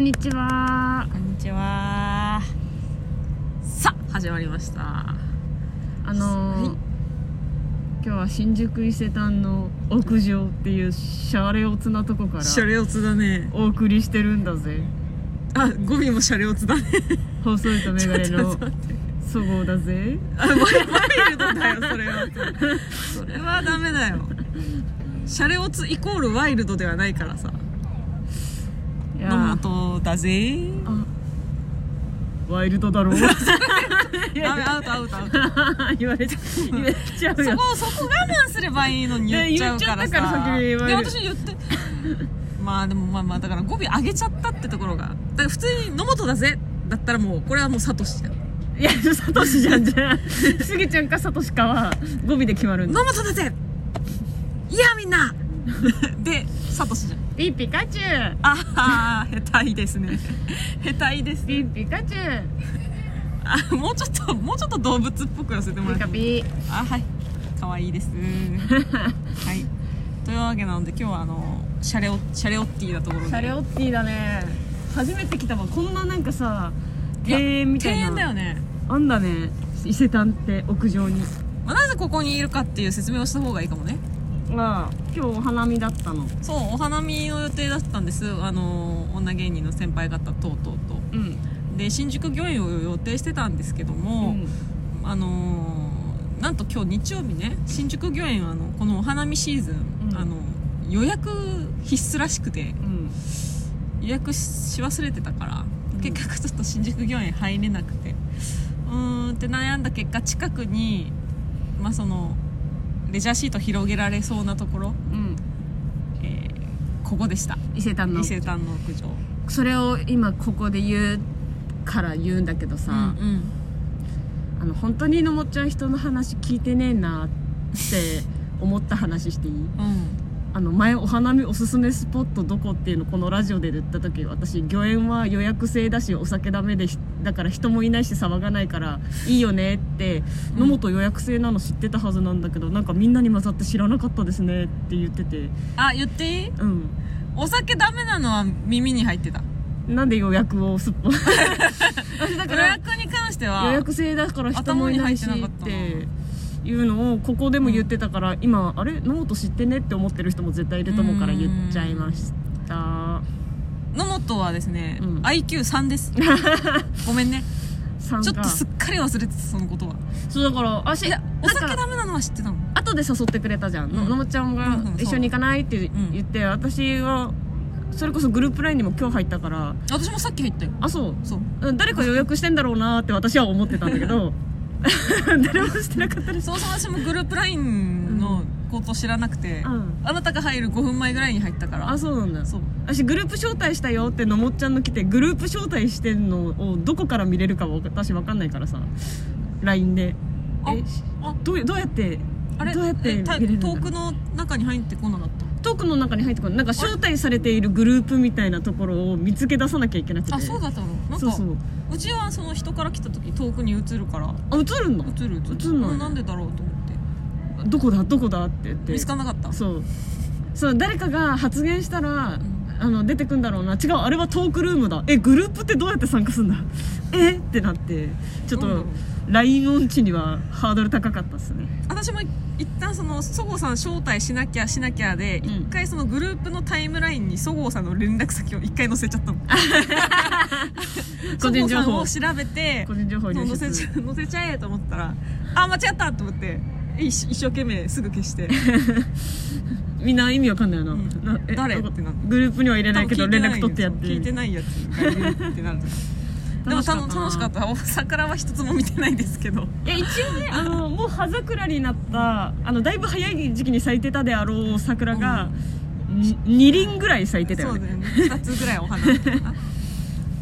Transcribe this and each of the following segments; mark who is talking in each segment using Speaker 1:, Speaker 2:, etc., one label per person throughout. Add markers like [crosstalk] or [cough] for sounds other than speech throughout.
Speaker 1: んにちは。
Speaker 2: こんにちは。さあ、始まりました。
Speaker 1: あのー
Speaker 2: はい
Speaker 1: 今日は新宿伊勢丹の屋上っていうシャレオツなとこから
Speaker 2: シャレオツだね。
Speaker 1: お送りしてるんだぜ。
Speaker 2: あ、語尾もシャレオツだ [laughs] ね。
Speaker 1: 細いとメガネ
Speaker 2: [laughs] ちょ
Speaker 1: の
Speaker 2: っと待って
Speaker 1: そごうだぜ。
Speaker 2: ワイルドだよ、それは。それはダメだよ。シャレオツイコールワイルドではないからさ。
Speaker 1: い
Speaker 2: の
Speaker 1: や
Speaker 2: もとだぜ。
Speaker 1: あワイルドだ
Speaker 2: [laughs]
Speaker 1: ろう。
Speaker 2: ダメ、アウトアウトアウト。
Speaker 1: [laughs] 言われちゃ言われちゃう
Speaker 2: そ
Speaker 1: よ。
Speaker 2: こ、そこ我慢すればいいのに言っちゃうから
Speaker 1: いや言っちゃったから
Speaker 2: さ。
Speaker 1: 先に言えばいい
Speaker 2: で、私言って。まあでもまあまあ、だから語尾上げちゃったってところが。だから普通に野本だぜ。だったらもう、これはもうサトシだよ。
Speaker 1: いやサトシじゃんじゃ
Speaker 2: [laughs]
Speaker 1: ん。スギちゃんかサトシかは語尾で決まるんだ。
Speaker 2: 野本だぜいやみんな [laughs] でサトシじゃん
Speaker 1: ピッピカチュウ。
Speaker 2: ああ下手いですね下手いです
Speaker 1: ピッピカチュウ。
Speaker 2: あもうちょっともうちょっと動物っぽく寄せても
Speaker 1: ピ
Speaker 2: らって
Speaker 1: カ
Speaker 2: も
Speaker 1: ピ。
Speaker 2: あはい可愛い [laughs] ですはいというわけなので今日はあのシャレオシャレオッティなところに
Speaker 1: シャレオッティだね初めて来たわこんななんかさ
Speaker 2: いや
Speaker 1: 庭園みたいな
Speaker 2: 庭園だよね、
Speaker 1: あんだね伊勢丹って屋上に
Speaker 2: まあ、なぜここにいるかっていう説明をした方がいいかもね
Speaker 1: ああ今日お花見だったの
Speaker 2: そうお花見の予定だったんですあの女芸人の先輩方等々と
Speaker 1: うん
Speaker 2: で新宿御苑を予定してたんですけど
Speaker 1: う
Speaker 2: も、
Speaker 1: ん
Speaker 2: あのーなんと今日日曜日ね新宿御苑はあのこのお花見シーズン、
Speaker 1: うん
Speaker 2: あの予約必須らしくて
Speaker 1: うん
Speaker 2: 予約し忘れてたから、
Speaker 1: うん
Speaker 2: 結局ちょっと新宿御苑入れなくてうーんって悩んだ結果近くにまあそのレジャーシート広げられそうなところ、
Speaker 1: うん
Speaker 2: えーここでした
Speaker 1: 伊勢丹の
Speaker 2: 伊勢丹の屋上
Speaker 1: それを今ここで言うから言うんだけどさ、
Speaker 2: うんうん
Speaker 1: あの本当にのもっちゃん人の話聞いてねえなって思った話していい
Speaker 2: うん
Speaker 1: あの前お花見おすすめスポットどこっていうのこのラジオで言った時私御苑は予約制だしお酒ダメでひだから人もいないし騒がないからいいよねって
Speaker 2: うん
Speaker 1: 野本予約制なの知ってたはずなんだけどなんかみんなに混ざって知らなかったですねって言ってて
Speaker 2: あ言っていい
Speaker 1: うん
Speaker 2: お酒ダメなのは耳に入ってた
Speaker 1: なんで予約をすっ
Speaker 2: [laughs]
Speaker 1: ぽ私だか
Speaker 2: 予
Speaker 1: ら
Speaker 2: 約に関しては
Speaker 1: 予約制だから人もいないし
Speaker 2: 頭に入
Speaker 1: っ
Speaker 2: ってなかった
Speaker 1: ていうのをここでも言ってたから今あれ野本知ってねって思ってる人も絶対いると思うから言っちゃいました
Speaker 2: 野本はですね、
Speaker 1: うん
Speaker 2: IQ3 です
Speaker 1: [laughs]
Speaker 2: ごめんね
Speaker 1: 参加
Speaker 2: ちょっとすっかり忘れてたそのことは
Speaker 1: そうだからあし
Speaker 2: いやお
Speaker 1: な
Speaker 2: 酒
Speaker 1: んか
Speaker 2: ダメなのは知ってたの
Speaker 1: 後で誘ってくれたじゃん、の
Speaker 2: うん
Speaker 1: のもちゃん
Speaker 2: う
Speaker 1: が
Speaker 2: んうんそう
Speaker 1: 一緒に行かないって
Speaker 2: ん
Speaker 1: 言って、私はそれこそグループラインにも今日入ったから
Speaker 2: 私もさっき入ったよ
Speaker 1: あそう
Speaker 2: そう
Speaker 1: うん誰か予約してんだろうなって私は思ってたんだけど [laughs] 誰もしてなかったです
Speaker 2: そうそう私もグループ LINE のこと知らなくて、
Speaker 1: うん
Speaker 2: あなたが入る5分前ぐらいに入ったから
Speaker 1: あそうなんだ
Speaker 2: そう
Speaker 1: 私グループ招待したよってのもっちゃんの来てグループ招待してんのをどこから見れるかわか私わかんないからさ LINE で
Speaker 2: あ
Speaker 1: え
Speaker 2: あ
Speaker 1: どうどうやって
Speaker 2: あれ
Speaker 1: どうやって
Speaker 2: えた
Speaker 1: 見れるんだろう
Speaker 2: 遠くの中に入ってこなかった
Speaker 1: トークの中に入ってこないなんか招待されているグループみたいなところを見つけ出さなきゃいけなくて
Speaker 2: あそうだったのなんか
Speaker 1: そうそう
Speaker 2: うちはその人から来た時遠くに映るから
Speaker 1: あ映るんだ
Speaker 2: 映る映る
Speaker 1: 映んない
Speaker 2: うんなんでだろうと思って
Speaker 1: どこだどこだって言って
Speaker 2: 見つからなかった
Speaker 1: そうそう誰かが発言したら、
Speaker 2: ん
Speaker 1: あの出てくんだろうな違うあれはトークルームだえグループってどうやって参加すんだ [laughs] えってなってちょっ
Speaker 2: なんだろ
Speaker 1: と
Speaker 2: う
Speaker 1: LINE 音痴にはハードル高かったっすね
Speaker 2: [laughs] 私も一旦そのそごうさん招待しなきゃしなきゃで
Speaker 1: ん
Speaker 2: 一、回そのグループのタイムラインにそごうさんの連絡先を一回載せちゃったの
Speaker 1: 個人情報
Speaker 2: そごうさんを調べて
Speaker 1: 個人情報
Speaker 2: そう
Speaker 1: 入
Speaker 2: 載
Speaker 1: 手
Speaker 2: せちゃ
Speaker 1: す
Speaker 2: 載せちゃえと思ったらあ間違ったと思って一一生懸命すぐ消して
Speaker 1: みんな意味わかんないよな,
Speaker 2: うん
Speaker 1: な、え
Speaker 2: 誰
Speaker 1: どこ
Speaker 2: ってなって
Speaker 1: グループには入れ [laughs] ないけど
Speaker 2: 多分聞い
Speaker 1: 連
Speaker 2: てな
Speaker 1: 絡
Speaker 2: い
Speaker 1: 取ってやって
Speaker 2: 聞いてないやつがいるってなるでも
Speaker 1: 楽しかったな
Speaker 2: 楽楽しかったお桜は一つも見てないですけど
Speaker 1: いや一応ねあのもう葉桜になったあのだいぶ早い時期に咲いてたであろう桜が、に二2輪ぐらい咲いてた
Speaker 2: そ
Speaker 1: よ
Speaker 2: う
Speaker 1: ね
Speaker 2: だよね2つぐらいお花
Speaker 1: [laughs]
Speaker 2: あ
Speaker 1: い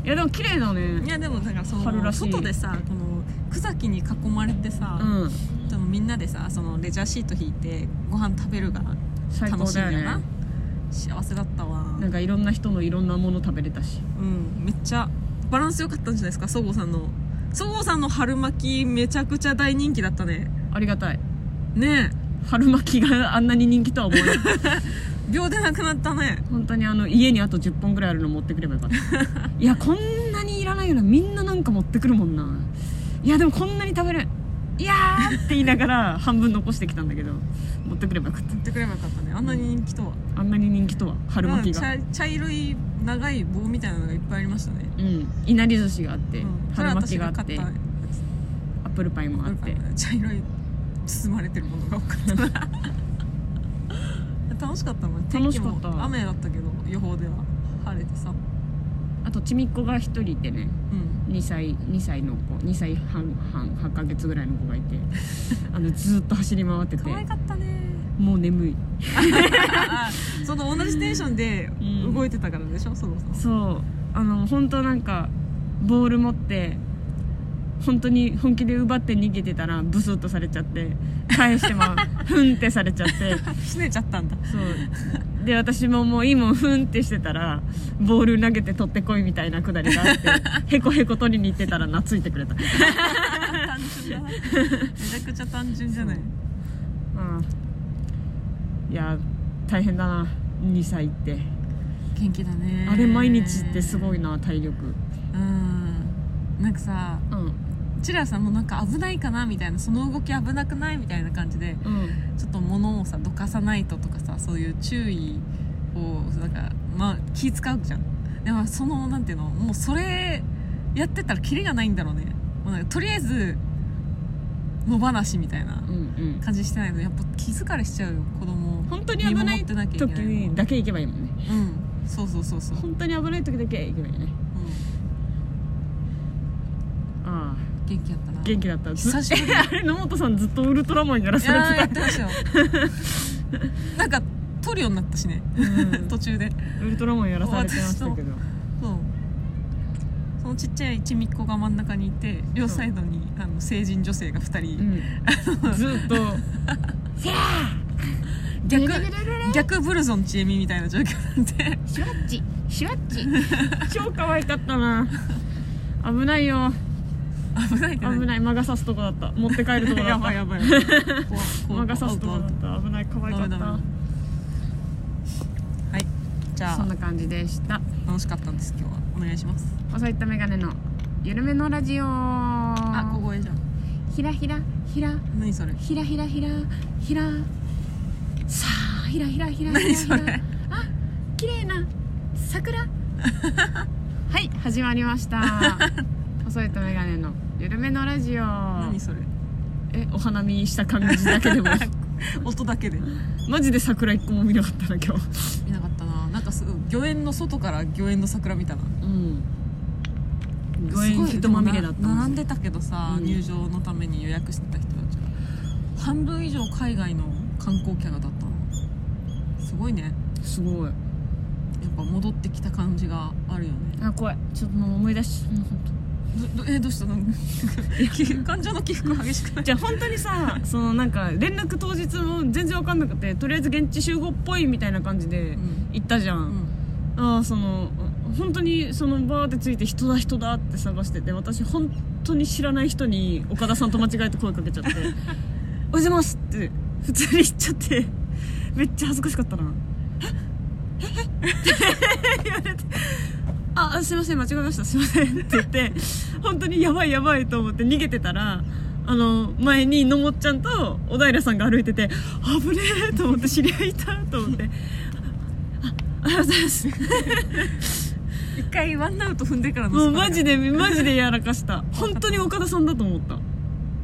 Speaker 1: やでも綺麗だ
Speaker 2: い
Speaker 1: ね
Speaker 2: やでもだからそ
Speaker 1: 春ら
Speaker 2: の
Speaker 1: しい
Speaker 2: 外でさこの草木に囲まれてさ、
Speaker 1: うん
Speaker 2: でもみんなでさそのレジャーシート引いてご飯食べるが
Speaker 1: 最
Speaker 2: 楽
Speaker 1: 高
Speaker 2: しいん
Speaker 1: だ
Speaker 2: だよ
Speaker 1: よ
Speaker 2: な
Speaker 1: ね
Speaker 2: 幸せだったわ
Speaker 1: なんかいろんな人のいろんなもの食べれたし
Speaker 2: うんめっちゃバランス良かったんじゃないですかそごうさんのそごうさんの春巻きめちゃくちゃ大人気だったね
Speaker 1: ありがたい
Speaker 2: ね [laughs]
Speaker 1: 春巻きがあんなに人気とは思わない
Speaker 2: え秒でなくなったね
Speaker 1: 本当にあの家にあと10本ぐらいあるの持ってくればよかった [laughs] いやこんなにいらないよなみんななんか持ってくるもんないやでもこんなに食べるいやーって言いながら半分残してきたんだけど持ってくればよかっ
Speaker 2: 言ってくればよかったねあんなに人気とは
Speaker 1: たあんなに人気とは春巻きが
Speaker 2: うん茶茶色い長い棒みたいなのがいっぱいありましたね、
Speaker 1: うんいなり寿司があって、
Speaker 2: うん
Speaker 1: 春巻きがあって
Speaker 2: それは私が買ったやつ
Speaker 1: アップルパイもあって、
Speaker 2: 茶色い包まれてるものが多かったな [laughs] 楽しかったの天気も
Speaker 1: 楽しかった
Speaker 2: 雨だったけど予報では晴れてさ
Speaker 1: あとちみっこが一人いてね
Speaker 2: うん
Speaker 1: 2歳2歳の子2歳半半8ヶ月ぐらいの子がい
Speaker 2: [laughs]
Speaker 1: てあのずーっと走り回ってて
Speaker 2: 可愛かったね
Speaker 1: もう眠い
Speaker 2: [laughs] あその同じテンションで
Speaker 1: うん
Speaker 2: 動いてたからでしょ、そろそろ
Speaker 1: そうあの本当なんかボール持って本当に本気で奪って逃げてたらブスッとされちゃって返してもふんってされちゃって
Speaker 2: すねちゃったんだ
Speaker 1: そうで私ももういいもんふんってしてたらボール投げて取ってこいみたいなくだりがあって [laughs] へこへこ取りに行ってたら懐いてくれた
Speaker 2: [laughs] 単純だなめちゃくちゃ単純じゃない
Speaker 1: うんいや大変だな2歳って
Speaker 2: 元気だね
Speaker 1: あれ毎日ってすご
Speaker 2: い
Speaker 1: いな体力
Speaker 2: うんなんかさ
Speaker 1: うん
Speaker 2: チラさんもなんか危ないかなみたいなその動き危なくないみたいな感じで
Speaker 1: うん
Speaker 2: ちょっと物をさどかさないととかさそういう注意をなんかまあ気使うじゃんでもそのなんていうのもうそれやってたらキリがないんだろうねもうなんかとりあえず野放しみたいな
Speaker 1: うんうん
Speaker 2: 感じしてないとやっぱ気疲れしちゃうよ子供を
Speaker 1: 本当に危な
Speaker 2: 見守
Speaker 1: い
Speaker 2: ってなきゃいけない
Speaker 1: 時だけ行けばいいもんね
Speaker 2: うんそうそうそうそう、うん、
Speaker 1: 本当に危ない時だけ行けばいいねああ
Speaker 2: 元気やったな
Speaker 1: 元気だったず
Speaker 2: 久しぶ
Speaker 1: [laughs]
Speaker 2: り
Speaker 1: あれ野本さんずっとウルトラマンやら
Speaker 2: い
Speaker 1: され
Speaker 2: やーや
Speaker 1: て
Speaker 2: ってました [laughs] よなんか撮るようになったしね
Speaker 1: た、うん
Speaker 2: 途中で
Speaker 1: [laughs] ウルトラマンやらされてましたけど
Speaker 2: そうそのちっちゃいちみっこが真ん中にいて両サイドにあの成人女性が2
Speaker 1: う
Speaker 2: 人、
Speaker 1: んずっと
Speaker 2: 逆
Speaker 1: ルルルルルル
Speaker 2: 逆ブルゾンちえみみたいな状況なんで [laughs]
Speaker 1: シュワッチシュワッチ [laughs] 超可愛かったな危ないよ
Speaker 2: 危ないって
Speaker 1: 危ない魔が差すとこだった持って帰るとこだ
Speaker 2: [laughs] や
Speaker 1: っ
Speaker 2: ば
Speaker 1: た
Speaker 2: い
Speaker 1: [laughs]
Speaker 2: やばい
Speaker 1: 魔が差すとこ
Speaker 2: は
Speaker 1: だった危ない可愛かっ
Speaker 2: ダメダ
Speaker 1: た
Speaker 2: メいじゃ
Speaker 1: そん
Speaker 2: あ
Speaker 1: な感じでした
Speaker 2: 楽しかったんです今日はお願いします
Speaker 1: 細いったメガネの緩めのラジオ
Speaker 2: あ
Speaker 1: あ
Speaker 2: 小声じゃん
Speaker 1: ひらひらひら
Speaker 2: 何それ
Speaker 1: ひらひらひらひらさあひらひらひらひら
Speaker 2: [laughs] 何
Speaker 1: ひ
Speaker 2: そ
Speaker 1: ら
Speaker 2: れ
Speaker 1: あ綺麗な桜はい始まりま
Speaker 2: [laughs]
Speaker 1: した細いとメガネのゆるめのラジオ
Speaker 2: [laughs] 何それ
Speaker 1: えお花見した感じだけ [laughs] でも
Speaker 2: 音だけで見
Speaker 1: マジで桜一個も見なかったな今日
Speaker 2: なかったななんかすごい御苑の外から御苑の桜見たな
Speaker 1: うん
Speaker 2: す
Speaker 1: ご
Speaker 2: ご
Speaker 1: 縁
Speaker 2: い
Speaker 1: 人まみれだったんですよ
Speaker 2: でもな並んでたけどさ、
Speaker 1: うん
Speaker 2: 入場のために予約してた人たちが半分以上海外の観光客だったのすごいね
Speaker 1: すごい
Speaker 2: やっぱ戻ってきた感じがあるよね
Speaker 1: あ怖いちょっともう思い出し
Speaker 2: どどえどうしたの感情の [laughs] 起伏激しくない
Speaker 1: じゃあ本当に [laughs] さそのなんか連絡当日も全然わかんなくてとりあえず現地集合っぽいみたいな感じで
Speaker 2: うん
Speaker 1: 行ったじゃん、
Speaker 2: うん
Speaker 1: ああその本当にそのバーってついて人だ人だって探してて私本当に知らない人に岡田さんと間違えて声かけちゃって [laughs] 「おはようございます」って普通に言っちゃってめっちゃ恥ずかしかったな [laughs] 「ええええって言われて「あすいません間違えましたすいません」って言って本当にやばいやばいと思って逃げてたらあの前にのもっちゃんと小平さんが歩いてて「危ねえ」と思って知り合いいたと思って「あありがとうございます」
Speaker 2: 一回ワンアウト踏んでからの
Speaker 1: もう
Speaker 2: スパー
Speaker 1: マジでマジでやらかした本当に岡田さんだと思った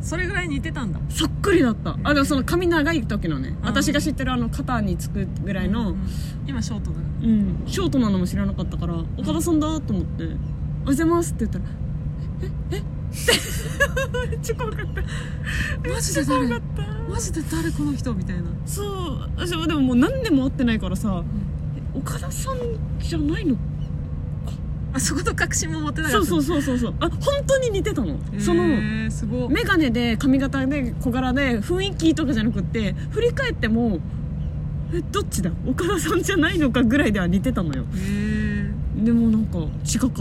Speaker 2: それぐらい似てたんだ
Speaker 1: そっくりだったあでもその髪長い時のね
Speaker 2: ん
Speaker 1: 私が知ってるあの肩につくぐらいの、
Speaker 2: う
Speaker 1: うんん
Speaker 2: 今ショートだから
Speaker 1: ショートなのも知らなかったから岡田さんだと思って「おはようございます」って言ったら「えええめっちゃ怖かった
Speaker 2: マジで
Speaker 1: 怖
Speaker 2: 誰
Speaker 1: かった
Speaker 2: マジで誰この人みたいな
Speaker 1: そう私はでももう何年も会ってないからさえ岡田さんじゃないの
Speaker 2: あそこと確信も持てな
Speaker 1: そ
Speaker 2: かった
Speaker 1: うそうそうそうそうあ本当に似てたのその
Speaker 2: へーすごい
Speaker 1: メガネで髪型で小柄で雰囲気とかじゃなくって振り返ってもえどっちだ岡田さんじゃないのかぐらいでは似てたのよ
Speaker 2: へー
Speaker 1: でもなんか違かったえ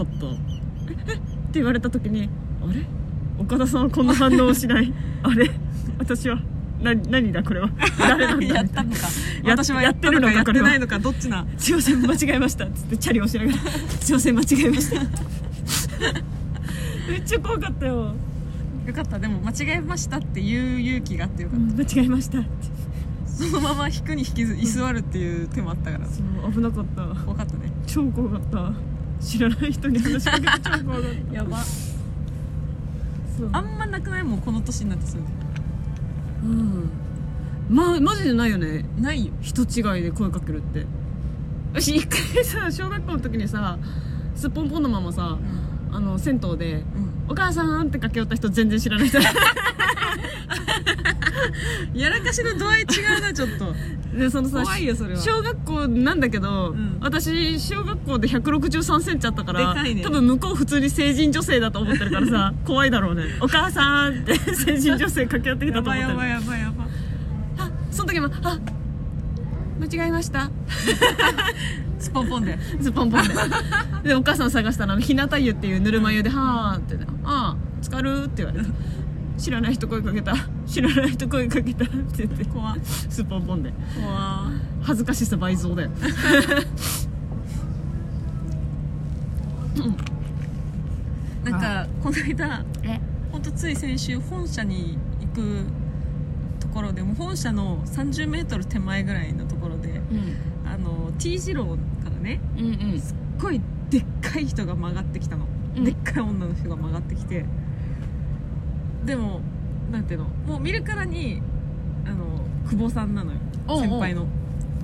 Speaker 1: えって言 [laughs] われた時にあれ岡田さんはこんな反応をしないあれ私はな何だこれは誰なんだ
Speaker 2: やったのか
Speaker 1: やっ
Speaker 2: 私はやったのか
Speaker 1: や
Speaker 2: や
Speaker 1: っるのか
Speaker 2: って
Speaker 1: これ
Speaker 2: て
Speaker 1: は
Speaker 2: ないのかどっちな
Speaker 1: [laughs] すいません間違えましたっつってチャリ押しながら「すいません間違えました」 [laughs] めっちゃ怖かったよ
Speaker 2: よかったでも間違えましたっていう勇気があってよ
Speaker 1: 「う
Speaker 2: かっ
Speaker 1: ん間違えました」って
Speaker 2: た、そのまま引くに引きず居座るっていう手もあったから
Speaker 1: そう危なかった
Speaker 2: 分かったね
Speaker 1: 超怖かった知らない人に話しかけて超怖かった
Speaker 2: やば
Speaker 1: そう
Speaker 2: あんまなくないもんこの年になってすぐ
Speaker 1: うんまマジでないよね
Speaker 2: ないよ
Speaker 1: 人違いで声かけるって私一回さ小学校の時にさすっぽんぽんのままさ
Speaker 2: うん、
Speaker 1: あの銭湯で
Speaker 2: うん
Speaker 1: 「お母さん」って駆け寄った人全然知らない人
Speaker 2: やらかしの度合い違うなちょっと
Speaker 1: でそのさ
Speaker 2: 怖いよそれは
Speaker 1: 小学校なんだけど、
Speaker 2: うん
Speaker 1: 私小学校で1 6 3センチあったから
Speaker 2: でかいね
Speaker 1: 多分向こう普通に成人女性だと思ってるからさ怖いだろうね「お母さん」って成人女性駆け寄ってき
Speaker 2: や
Speaker 1: たと思
Speaker 2: ば
Speaker 1: っ
Speaker 2: い
Speaker 1: て
Speaker 2: や
Speaker 1: る
Speaker 2: ばいやばいやばい
Speaker 1: あその時も「あ間違えました」
Speaker 2: スポンポン
Speaker 1: [laughs]
Speaker 2: で
Speaker 1: ズポンポンででお母さん探したらあの日向湯っていうぬるま湯で「はあ」ってね「ああ浸かる」って言われて「知らない人声かけた知らない人声かけた」って言って
Speaker 2: 怖
Speaker 1: スポンポンで
Speaker 2: 怖
Speaker 1: 恥ずかしさ倍増だよ
Speaker 2: なんかこの間
Speaker 1: え
Speaker 2: ほんとつい先週本社に行くところでもう本社の3 0ル手前ぐらいのところで
Speaker 1: うん
Speaker 2: あの T 字路からね
Speaker 1: うんうん
Speaker 2: すっごいでっかい人が曲がってきたの、
Speaker 1: うん
Speaker 2: でっかい女の人が曲がってきてでもなんていうのもう見るからにあの久保さんなのよ
Speaker 1: おうおう
Speaker 2: 先輩の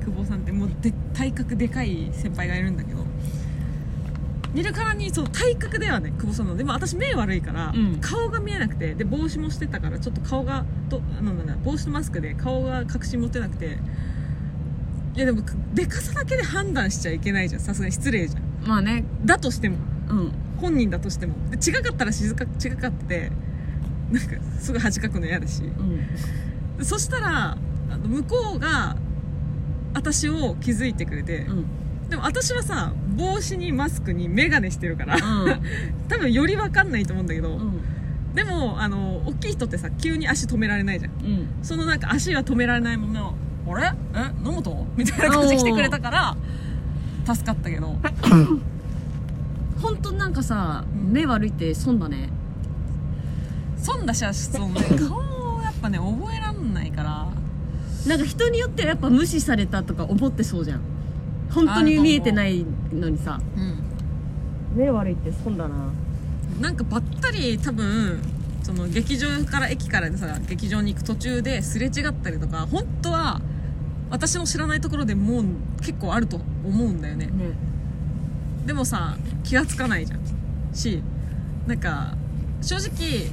Speaker 2: 久保さんってもうで体格でかい先輩がいるんだけど見るからにそう体格ではね久保さんなのでも私目悪いから、
Speaker 1: うん
Speaker 2: 顔が見えなくてで帽子もしてたからちょっと顔がとあのなんだ帽子とマスクで顔が隠し持てなくていやでもくでかさだけで判断しちゃいけないじゃんさすがに失礼じゃん
Speaker 1: まあね
Speaker 2: だとしても
Speaker 1: うん
Speaker 2: 本人だとしてもで違かったら静か違かってなんかすぐ恥かくの嫌だし
Speaker 1: うん
Speaker 2: そしたらあの向こうが私を気づいてくれて、
Speaker 1: うん
Speaker 2: でも私はさ帽子にマスクに眼鏡してるから多分より分かんないと思うんだけど、
Speaker 1: うんうん
Speaker 2: でもあの大きい人ってさ急に足止められないじゃん
Speaker 1: うん
Speaker 2: そのなんか足が止められないまま「あれえ野本?」 [laughs] みたいな感じで来てくれたから助かったけど
Speaker 1: 本当なんかさ
Speaker 2: うん
Speaker 1: 目悪いって損だね
Speaker 2: 損だしはそ [laughs] のね顔をやっぱね覚えらんないから
Speaker 1: なんか人によってはやっぱ無視されたとか思ってそうじゃん本当に見えてないのにさ
Speaker 2: うん
Speaker 1: 目悪いって損だな
Speaker 2: なんかばったり多分その劇場から駅からでさ劇場に行く途中ですれ違ったりとか本当は私の知らないところでもう結構あると思うんだよね
Speaker 1: ね [laughs]
Speaker 2: でもさ気がつかないじゃんしなんか正直、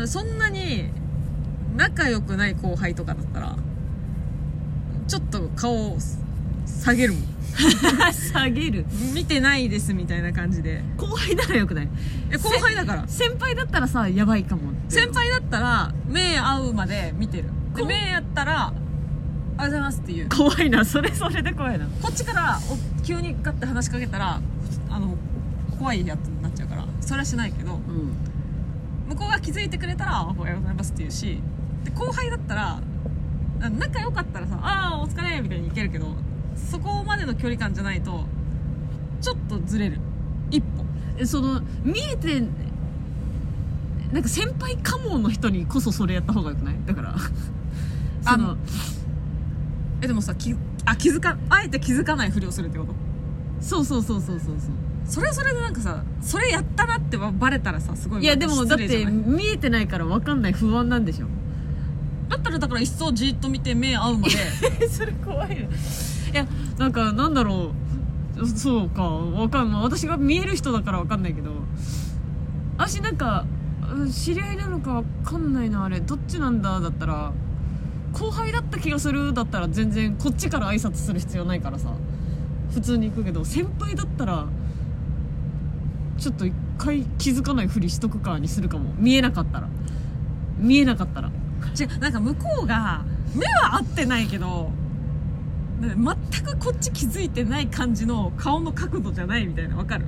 Speaker 2: うん、そんなに仲良くない後輩とかだったらちょっと顔を下げるもん
Speaker 1: 下げる
Speaker 2: 見てないですみたいな感じで
Speaker 1: 後輩ならよくない
Speaker 2: え後輩だから
Speaker 1: 先輩だったらさやばいかもって
Speaker 2: 先輩だったら目合うまで見てるで
Speaker 1: こ
Speaker 2: 目やったら「ありがとうございます」っていう
Speaker 1: 怖いなそれそれで怖いな
Speaker 2: こっちからお急にガッて話しかけたらあの怖いやつになっちゃうからそれはしないけど
Speaker 1: うん
Speaker 2: 向こうが気づいてくれたら「おはようございます」って言うしで後輩だったらあ仲良かったらさ「ああお疲れ」みたいにいけるけどそこまでの距離感じゃないとちょっとずれる一歩
Speaker 1: えその見えてなんか先輩かもの人にこそそれやった方がよくないだ [laughs] から
Speaker 2: あ
Speaker 1: あ
Speaker 2: の
Speaker 1: の
Speaker 2: えでもさきあ気づかあえて気づかないふりをするってこと
Speaker 1: そうそうそうそうそうそう
Speaker 2: それはそれでなんかさそれやったなってばバレたらさすごい
Speaker 1: いやでもだ
Speaker 2: 失
Speaker 1: っ
Speaker 2: 礼じゃ
Speaker 1: て
Speaker 2: ない
Speaker 1: 見えてないから分かんない不安なんでしょ
Speaker 2: だったらだから一層じーっと見て目合う [laughs] まで
Speaker 1: それ怖いよいやなんかなんだろうそうかわかんない私が見える人だからわかんないけど私なんかうん知り合いなのかわかんないなあれどっちなんだだったら後輩だった気がするだったら全然こっちから挨拶する必要ないからさ普通に行くけど先輩だったらちょっと一回気づかないふりしとくかにするかも見えなかったら見えなかったら
Speaker 2: 違うなんか向こうが目は合ってないけどなんか全くこっち気づいてない感じの顔の角度じゃないみたいなわかる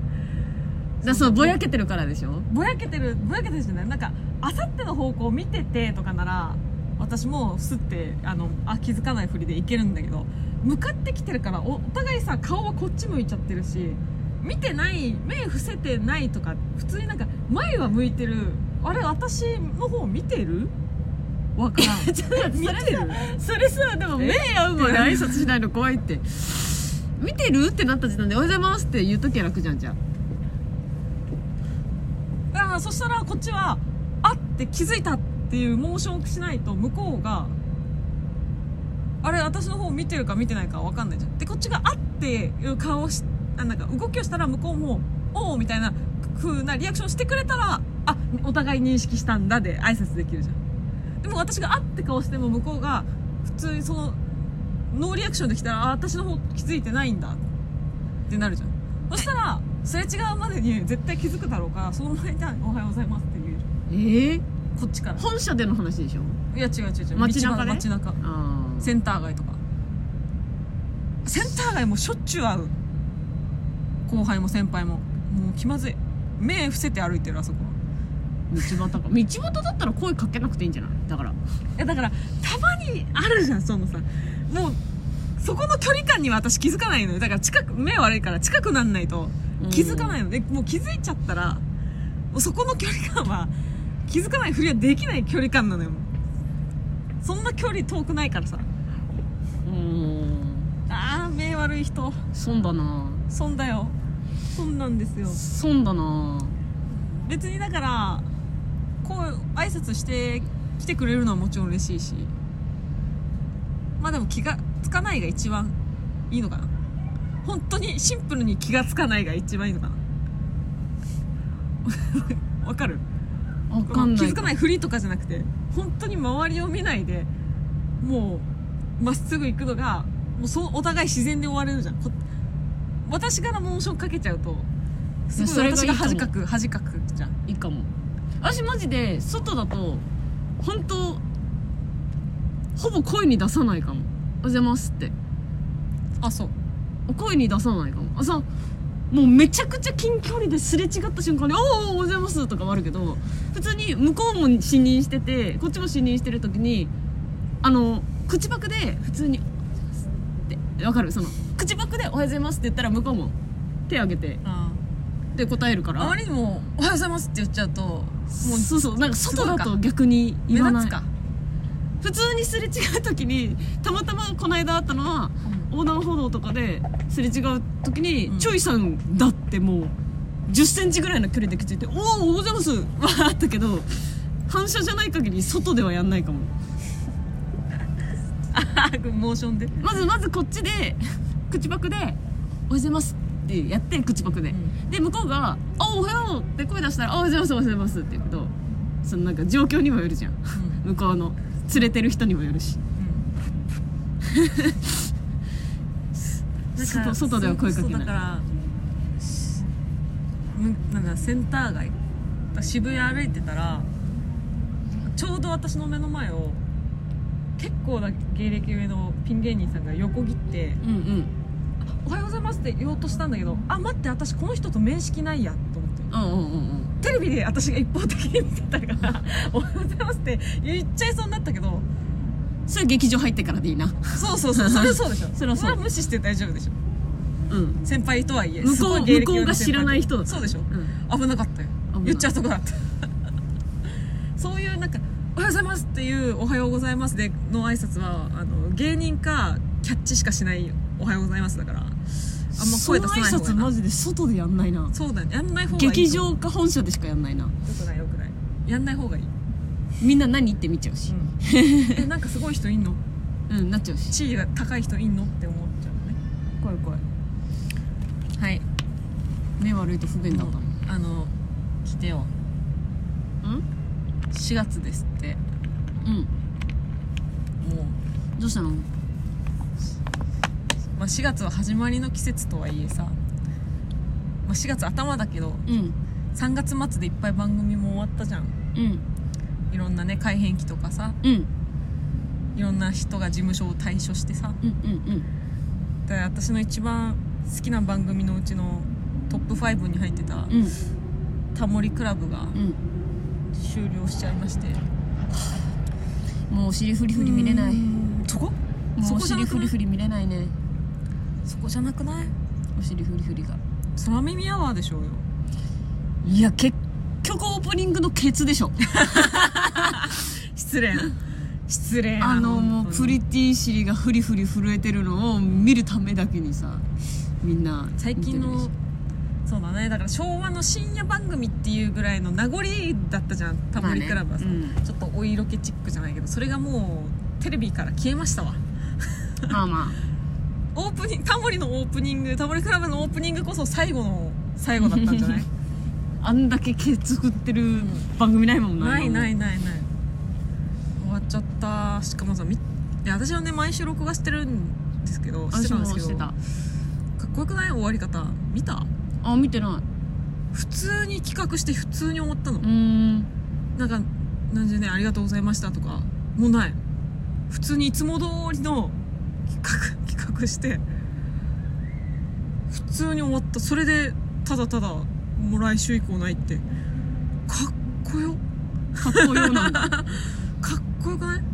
Speaker 1: だそうぼやけてるからでしょ
Speaker 2: ぼやけてるぼやけてるじゃないなんかあさっての方向を見ててとかなら私もすってあのあ気づかないふりでいけるんだけど向かってきてるからおお互いさ顔はこっち向いちゃってるし見てない目伏せてないとか普通になんか前は向いてるあれ私の方見てるわから
Speaker 1: [laughs]
Speaker 2: ん
Speaker 1: ちょっと待って
Speaker 2: 見
Speaker 1: [laughs] それ
Speaker 2: てる
Speaker 1: それさでも目合うまで挨拶しないの怖いって見てるってなった時点で「おはようございます」って言うときは楽じゃんじゃん
Speaker 2: あーそしたらこっちはあって気づいたっていうモーションをしないと向こうがあれ私の方見てるか見てないか分かんないじゃんでこっちがあっていう顔をしあなんか動きをしたら向こうもおおみたいな風なリアクションしてくれたらあお互い認識したんだで挨拶できるじゃんでも私があって顔しても向こうが普通にそのノーリアクションできたらあ私の方気づいてないんだってなるじゃんそしたらすれ違うまでに絶対気づくだろうからその前に「おはようございます」って言う
Speaker 1: ええ
Speaker 2: こっちから
Speaker 1: 本社での話でしょ
Speaker 2: いや違う違う違う
Speaker 1: 街中
Speaker 2: 道
Speaker 1: ね
Speaker 2: の街中
Speaker 1: ああ
Speaker 2: センター街とかセンター街もしょっちゅう会う後輩も先輩ももう気まずい目伏せて歩いてるあそこは
Speaker 1: 道端か道端だったら声かけなくていいんじゃないだから
Speaker 2: いやだからたまにあるじゃんそのさもうそこの距離感には私気づかないのよだから近く目悪いから近くなんないと気づかないので、もう気づいちゃったらもうそこの距離感は気づかないふりはできない距離感なのよそんな距離遠くないからさ
Speaker 1: うーん
Speaker 2: ああ目悪い人
Speaker 1: 損だな
Speaker 2: 損だよ損なんですよ
Speaker 1: 損だな
Speaker 2: 別にだからこう挨拶して来てくれるのはもちろん嬉しいしまあでも気がつかないが一番いいのかな本当にシンプルに気がつかないが [laughs] 一番いいのかなわかる
Speaker 1: わかんない
Speaker 2: 気づかない
Speaker 1: い
Speaker 2: ふりとかじゃなくて本当に周りを見ないでもうまっすぐ行くのがもうそうお互い自然で終われるじゃんこ私からモーションかけちゃうとす
Speaker 1: そ
Speaker 2: ごい
Speaker 1: れがい
Speaker 2: 私
Speaker 1: い
Speaker 2: が
Speaker 1: かも
Speaker 2: 恥かく恥かくじゃん
Speaker 1: いいかも私マジで外だと本当ほぼ声に出さないかも「おはようございます」って
Speaker 2: あそう
Speaker 1: 声に出さないかもあさもうめちゃくちゃ近距離ですれ違った瞬間に「おーおーおはようございます」とかはあるけど普通に向こうも視認しててこっちも視認してる時にあの口パクで普通に「ってわかるその口パクで「おはようございます」って言ったら向こうも手挙げて
Speaker 2: あ
Speaker 1: で答えるから
Speaker 2: まりにも「おはようございます」って言っちゃうとも
Speaker 1: もうそうそうなんか外だ
Speaker 2: すご
Speaker 1: と
Speaker 2: い
Speaker 1: 逆に
Speaker 2: 目
Speaker 1: 言わな
Speaker 2: 立
Speaker 1: い
Speaker 2: つか、
Speaker 1: 普通にすれ違う時にたまたまこの間あったのは横断歩道とかですれ違う時に、
Speaker 2: うん
Speaker 1: チョイさんだってもう1 0ンチぐらいの距離できついて「おーおはようございます」はあったけど反射じゃない限り外ではやんないかも
Speaker 2: うん、 [laughs] モーションで、
Speaker 1: まずまずこっちで口パクで「おはようございます」ってやって口パクで、
Speaker 2: うん
Speaker 1: で向こうが「あおはよう」って声出したら「あおはようございますおはようございます」って言うけどそのなんか状況にもよるじゃん向こうの連れてる人にもよるし [laughs]
Speaker 2: だか
Speaker 1: 外
Speaker 2: ら
Speaker 1: 外では声かけ
Speaker 2: そう
Speaker 1: な
Speaker 2: だ
Speaker 1: い
Speaker 2: からしむなんだセンター街だから渋谷歩いてたらちょうど私の目の前を結構な芸歴上のピン芸人さんが横切って
Speaker 1: うんうん
Speaker 2: 「おはようございます」って言おうとしたんだけど「あ待って私この人と面識ないや」と思って
Speaker 1: うんうんうんうん
Speaker 2: テレビで私が一方的に見てたから [laughs] 「おはようございます」って言っちゃいそうになったけど
Speaker 1: それ劇場入ってからでいいな
Speaker 2: そうそうそうそれはそうでしょ
Speaker 1: [laughs] それはそう
Speaker 2: れは無視して大丈夫でしょ
Speaker 1: うん、
Speaker 2: 先輩とはいえ
Speaker 1: 向こう
Speaker 2: すごい芸
Speaker 1: 向
Speaker 2: 歴
Speaker 1: こうが
Speaker 2: の先輩
Speaker 1: 知らない人だ
Speaker 2: そうでしょ
Speaker 1: うん、
Speaker 2: 危なかったよ
Speaker 1: 危ない
Speaker 2: 言っちゃうとこだった [laughs] そういうなんか「おはようございます」っていう「おはようございます」での挨拶はあの芸人かキャッチしかしない「おはようございます」だからあんま声出さな
Speaker 1: その
Speaker 2: い方がいい
Speaker 1: 挨拶
Speaker 2: な
Speaker 1: マジで外でやんないな
Speaker 2: そうだねやんない方がいい
Speaker 1: 劇場か本社でしかやんないな
Speaker 2: よくないよくないやんない方がいい、
Speaker 1: みんな何言って見ちゃうし、
Speaker 2: えなんかすごい人いんの
Speaker 1: うんなっちゃうし
Speaker 2: 地位が高い人いんのって思っちゃうね
Speaker 1: 怖い怖い
Speaker 2: はい
Speaker 1: 目悪いと不便だったもん
Speaker 2: あの来てよ4月ですって
Speaker 1: うん
Speaker 2: もう
Speaker 1: どうしたの
Speaker 2: まあ、4月は始まりの季節とはいえさ、まあ、4月頭だけど
Speaker 1: うん
Speaker 2: 3月末でいっぱい番組も終わったじゃん
Speaker 1: うん
Speaker 2: いろんなね改変期とかさ
Speaker 1: うん
Speaker 2: いろんな人が事務所を退所してさ
Speaker 1: うんうん
Speaker 2: で私の一番好きな番組のうちのトップ5に入ってた
Speaker 1: うん
Speaker 2: 「タモリクラブ」が
Speaker 1: うんうん
Speaker 2: 終了しちゃいまして
Speaker 1: もうお尻フリフリ見れない
Speaker 2: うんそこ
Speaker 1: も
Speaker 2: そう
Speaker 1: お
Speaker 2: こじゃ
Speaker 1: 尻
Speaker 2: なく
Speaker 1: フ
Speaker 2: な
Speaker 1: リ
Speaker 2: い
Speaker 1: フリ見れないね
Speaker 2: そこじゃなくない
Speaker 1: お尻フリフリが
Speaker 2: 空耳アワーでしょうよ
Speaker 1: いや結局オープニングのケツでしょ [laughs]
Speaker 2: 失礼な失礼な
Speaker 1: あのもうプリ
Speaker 2: 本
Speaker 1: ティ尻がフリフリ震えてるのを見るためだけにさみんな
Speaker 2: 当に最近
Speaker 1: 見てるでし
Speaker 2: の
Speaker 1: ょ
Speaker 2: そうだねだから昭和の深夜番組っていうぐらいの名残だったじゃんタモリクラブはさ、
Speaker 1: まあね
Speaker 2: ちょっとお色気チックじゃないけどそれがもうテレビから消えましたわ
Speaker 1: まあまあ
Speaker 2: オープニングタモリのオープニングタモリクラブのオープニングこそ最後の最後だったんじゃない
Speaker 1: あんだけケツ振ってる番組ないもんな
Speaker 2: ないないいないない終わっちゃったしかもさみいや私はね毎週録画してるんですけどして
Speaker 1: 私
Speaker 2: たん
Speaker 1: も
Speaker 2: ですけ
Speaker 1: して
Speaker 2: ど
Speaker 1: た
Speaker 2: かっこよくない終わり方見た
Speaker 1: あ見てない
Speaker 2: 普通に企画して普通に終わったの、
Speaker 1: うーん
Speaker 2: なんか何十年ありがとうございましたとかもうない普通にいつも通りの企画 [laughs] 企画して普通に終わったそれでただただもう来週以降ないってかっこよ
Speaker 1: かっこようなんだか
Speaker 2: かっこよくない、
Speaker 1: っ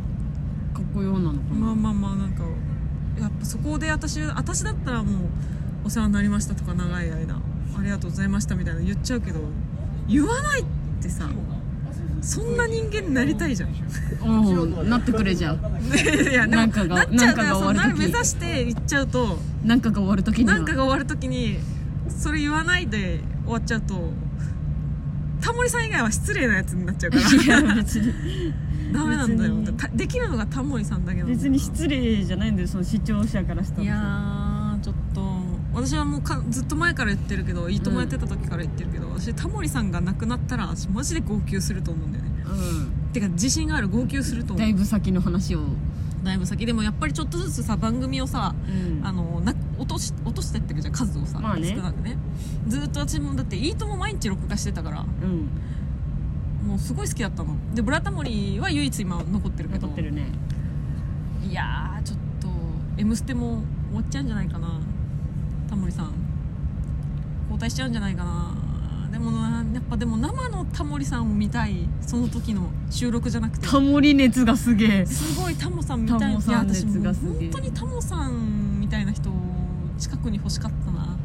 Speaker 1: こようなのか
Speaker 2: まあ
Speaker 1: な
Speaker 2: まあまあなんかやっぱそこで私私だったらもうお世話になりましたとか長い間ありがとうございましたみたいな言っちゃうけど言わないってさそんな人間になりたいじゃん
Speaker 1: うんなってくれじゃう
Speaker 2: いやでも
Speaker 1: [laughs] なんかが
Speaker 2: [laughs] なっちゃう
Speaker 1: なんかが終わる
Speaker 2: だからその
Speaker 1: 時
Speaker 2: 目指して行っちゃうと
Speaker 1: なんかが終わる時には
Speaker 2: なんかが終わる時にそれ言わないで終わっちゃうとタモリさん以外は失礼なやつになっちゃう
Speaker 1: [laughs]
Speaker 2: から
Speaker 1: いや別に
Speaker 2: ダメなんだよ
Speaker 1: 別に
Speaker 2: たできるのがタモリさんだけなんだ
Speaker 1: 別に失礼じゃないんだよその視聴者からしたら
Speaker 2: いやーちょっと私はもうかずっと前から言ってるけど「いいとも」やってた時から言ってるけど、私タモリさんが亡くなったら私マジで号泣すると思うんだよね
Speaker 1: う
Speaker 2: てか自信がある号泣すると
Speaker 1: ん
Speaker 2: 思
Speaker 1: だ
Speaker 2: う
Speaker 1: いぶ先の話を
Speaker 2: だいぶ先でもやっぱりちょっとずつさ番組をさあ
Speaker 1: あ
Speaker 2: のな落とし落としてってるじゃん数をさ、
Speaker 1: まあね
Speaker 2: 少なくねずーっと私もだって「いいとも」毎日録画してたから
Speaker 1: うん
Speaker 2: もうすごい好きだったので「ブラタモリ」は唯一今残ってるけど
Speaker 1: 残ってるね
Speaker 2: いやーちょっと「M ステ」も終わっちゃうんじゃないかなタモリさん交代しちゃうんじゃないかなでもなやっぱでも生のタモリさんを見たいその時の収録じゃなくて
Speaker 1: タモリ熱がすげえ
Speaker 2: すごいタモさんみたい
Speaker 1: タモ
Speaker 2: い
Speaker 1: さ
Speaker 2: や
Speaker 1: ん
Speaker 2: 私
Speaker 1: 熱
Speaker 2: も
Speaker 1: が
Speaker 2: う
Speaker 1: すげえ
Speaker 2: 本当にタモさんみたいな人を近くに欲しかったな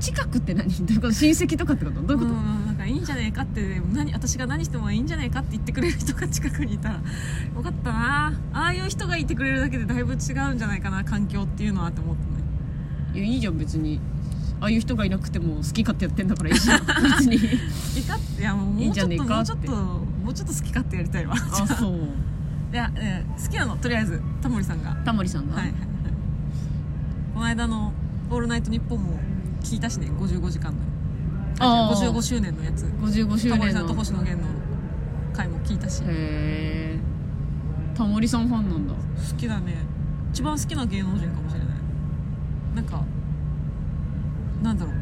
Speaker 1: 近くって何どういうこと親戚とかってことどういうこと
Speaker 2: んなんかいいんじゃねえかって何私が何してもいいんじゃねえかって言ってくれる人が近くにいたらよかったなああいう人がいてくれるだけでだいぶ違うんじゃないかな環境っていうのはって思った
Speaker 1: い
Speaker 2: ね
Speaker 1: やいいじゃん別にああいう人がいなくても好き勝手やってんだからいい [laughs] じゃん別に
Speaker 2: いいかっていやもう
Speaker 1: いい
Speaker 2: も
Speaker 1: ん
Speaker 2: う
Speaker 1: じ
Speaker 2: ちょ
Speaker 1: ゃ
Speaker 2: っ
Speaker 1: ねえ
Speaker 2: と
Speaker 1: か
Speaker 2: もう
Speaker 1: って
Speaker 2: ちょっともうちょっと好き勝手やりたいわ
Speaker 1: あそう
Speaker 2: いや、えー好きなのとりあえずタモリさんがはい
Speaker 1: タモリさんが、
Speaker 2: はいはいこの間の「オールナイトニッポン」も聞いたしね55時間の
Speaker 1: あ
Speaker 2: あ
Speaker 1: あ
Speaker 2: じゃあ55周年のやつ
Speaker 1: 55周
Speaker 2: タモリ
Speaker 1: 年
Speaker 2: さん
Speaker 1: の
Speaker 2: と
Speaker 1: へ
Speaker 2: 星野源の回も聞いたし
Speaker 1: えタモリさんファンなんだ
Speaker 2: 好きだね一番好きな芸能人かもしれないなんかなんだろう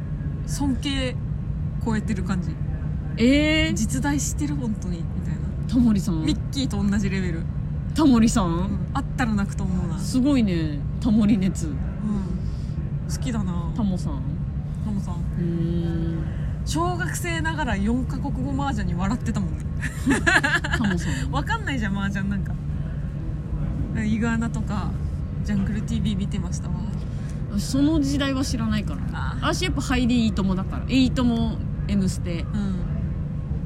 Speaker 2: 尊敬超えてる感じ
Speaker 1: ええ
Speaker 2: 実在してる本当にみたいな
Speaker 1: タモリさん
Speaker 2: ミッキーと同じレベル、
Speaker 1: タモリさん
Speaker 2: あったら泣くと思うな、
Speaker 1: すごいねタモリ熱
Speaker 2: うん、好きだな
Speaker 1: タモさん
Speaker 2: タモさん
Speaker 1: うーん
Speaker 2: 小学生ながら4カ国語麻雀に笑ってたもんね
Speaker 1: タモさん
Speaker 2: わかんないじゃん麻雀なんかイグアナとかジャングル TV 見てましたわ
Speaker 1: 私その時代は知らないから
Speaker 2: あ
Speaker 1: 私やっぱ入りいいともだからいいとも「M ステ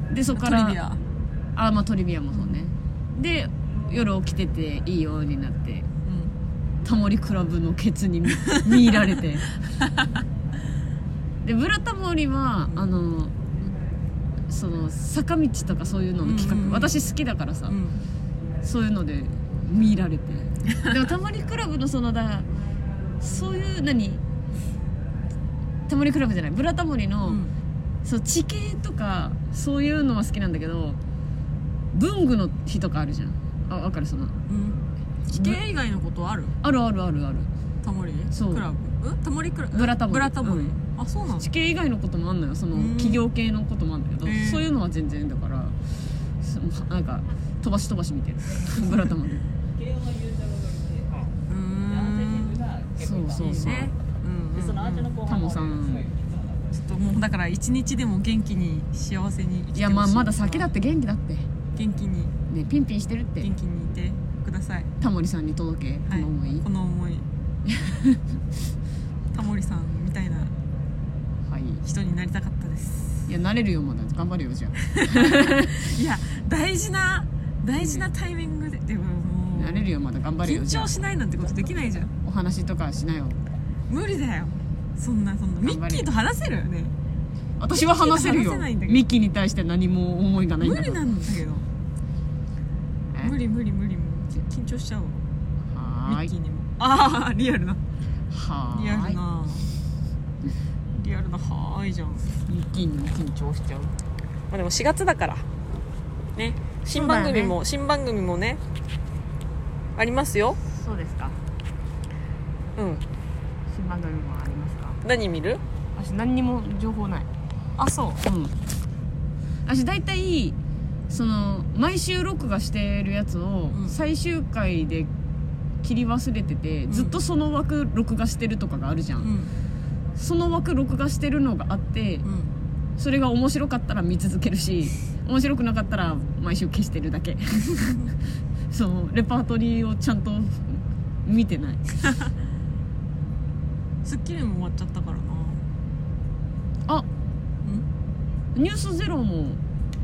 Speaker 2: うん」
Speaker 1: でそこ
Speaker 2: ト
Speaker 1: か
Speaker 2: リ
Speaker 1: ら
Speaker 2: ビア
Speaker 1: あまあトリビアもそうねで夜起きてていいようになって
Speaker 2: うん
Speaker 1: タモリクラブのケツに
Speaker 2: [laughs]
Speaker 1: 見見入られてで「ブラタモリは」あのその坂道とかそういうのの企画、
Speaker 2: うんうんうん
Speaker 1: 私好きだからさ、
Speaker 2: うん
Speaker 1: そういうので見入られてでも「タモリクラブ」のそのだそういう何タモリクラブじゃない「ブラタモリの」
Speaker 2: うん
Speaker 1: そう地形とかそういうのは好きなんだけど文具の日とかあるじゃんあ分かるその
Speaker 2: うん地形以外のことある
Speaker 1: あるあるあるある
Speaker 2: タモリ
Speaker 1: そう
Speaker 2: クラブえタモリクラブ
Speaker 1: ブラタモリ
Speaker 2: ブラタモリ、
Speaker 1: うん
Speaker 2: あそうなの
Speaker 1: 地形以外のこともあんのよその
Speaker 2: うん
Speaker 1: 企業系のこともあんだけど、
Speaker 2: へー
Speaker 1: そういうのは全然だからそのなんか飛ばし飛ばし見てる [laughs] ブラタモリ
Speaker 2: うーん
Speaker 1: そうそうそう、
Speaker 2: ねうんうんうん
Speaker 1: タモさん
Speaker 2: ちょっともうだから一日でも元気に幸せに生きてほし
Speaker 1: いやまあまだ先だってて元気だって
Speaker 2: 元気に
Speaker 1: ねピンピンしてるって
Speaker 2: 元気にいてください、
Speaker 1: タモリさんに届けこ
Speaker 2: はい、
Speaker 1: の思い
Speaker 2: この思いタモリさんみたいな
Speaker 1: はい、い、
Speaker 2: 人になりたかったです
Speaker 1: や慣れるよまだ頑張るよじゃあ
Speaker 2: いや大事な大事なタイミングででもも
Speaker 1: 慣れ
Speaker 2: う
Speaker 1: るよまだ頑張るよ
Speaker 2: 緊
Speaker 1: じゃあ
Speaker 2: 張しないなんてことできないじゃん
Speaker 1: お話とかしなよ
Speaker 2: 無理だよそんなそんなミ
Speaker 1: 頑張
Speaker 2: ッ
Speaker 1: れ
Speaker 2: キーと話せるよね
Speaker 1: 私は話せるよ
Speaker 2: 話せないんだけど
Speaker 1: ミッキーに対して何も思いがないん
Speaker 2: 無
Speaker 1: だか
Speaker 2: 理
Speaker 1: ら
Speaker 2: なんだけど
Speaker 1: え
Speaker 2: 無理無理無理無理緊張しちゃうわミ
Speaker 1: はー
Speaker 2: ッ
Speaker 1: い
Speaker 2: キーにもああリアルな
Speaker 1: は
Speaker 2: リア
Speaker 1: ー
Speaker 2: ル
Speaker 1: い
Speaker 2: なリアルなはーいじゃん
Speaker 1: ミッキーにも緊張しちゃう
Speaker 2: まあでも4月だからね新番組も、新番組もねありますよ
Speaker 1: そうですか
Speaker 2: うん
Speaker 1: 新番組もありますか
Speaker 2: 何見る
Speaker 1: 私何にも情報ない
Speaker 2: あそう
Speaker 1: うん私大体その毎週録画してるやつを
Speaker 2: うん
Speaker 1: 最終回で切り忘れてて、
Speaker 2: うん
Speaker 1: ずっとその枠録画してるとかがあるじゃん、
Speaker 2: ん
Speaker 1: その枠録画してるのがあって
Speaker 2: うん
Speaker 1: それが面白かったら見続けるし面白くなかったら毎週消してるだけ [laughs] そのレパートリーをちゃんと見てない
Speaker 2: 『スッキリ』も終わっちゃったからな
Speaker 1: あ
Speaker 2: う
Speaker 1: 「
Speaker 2: ん
Speaker 1: ニュースゼロも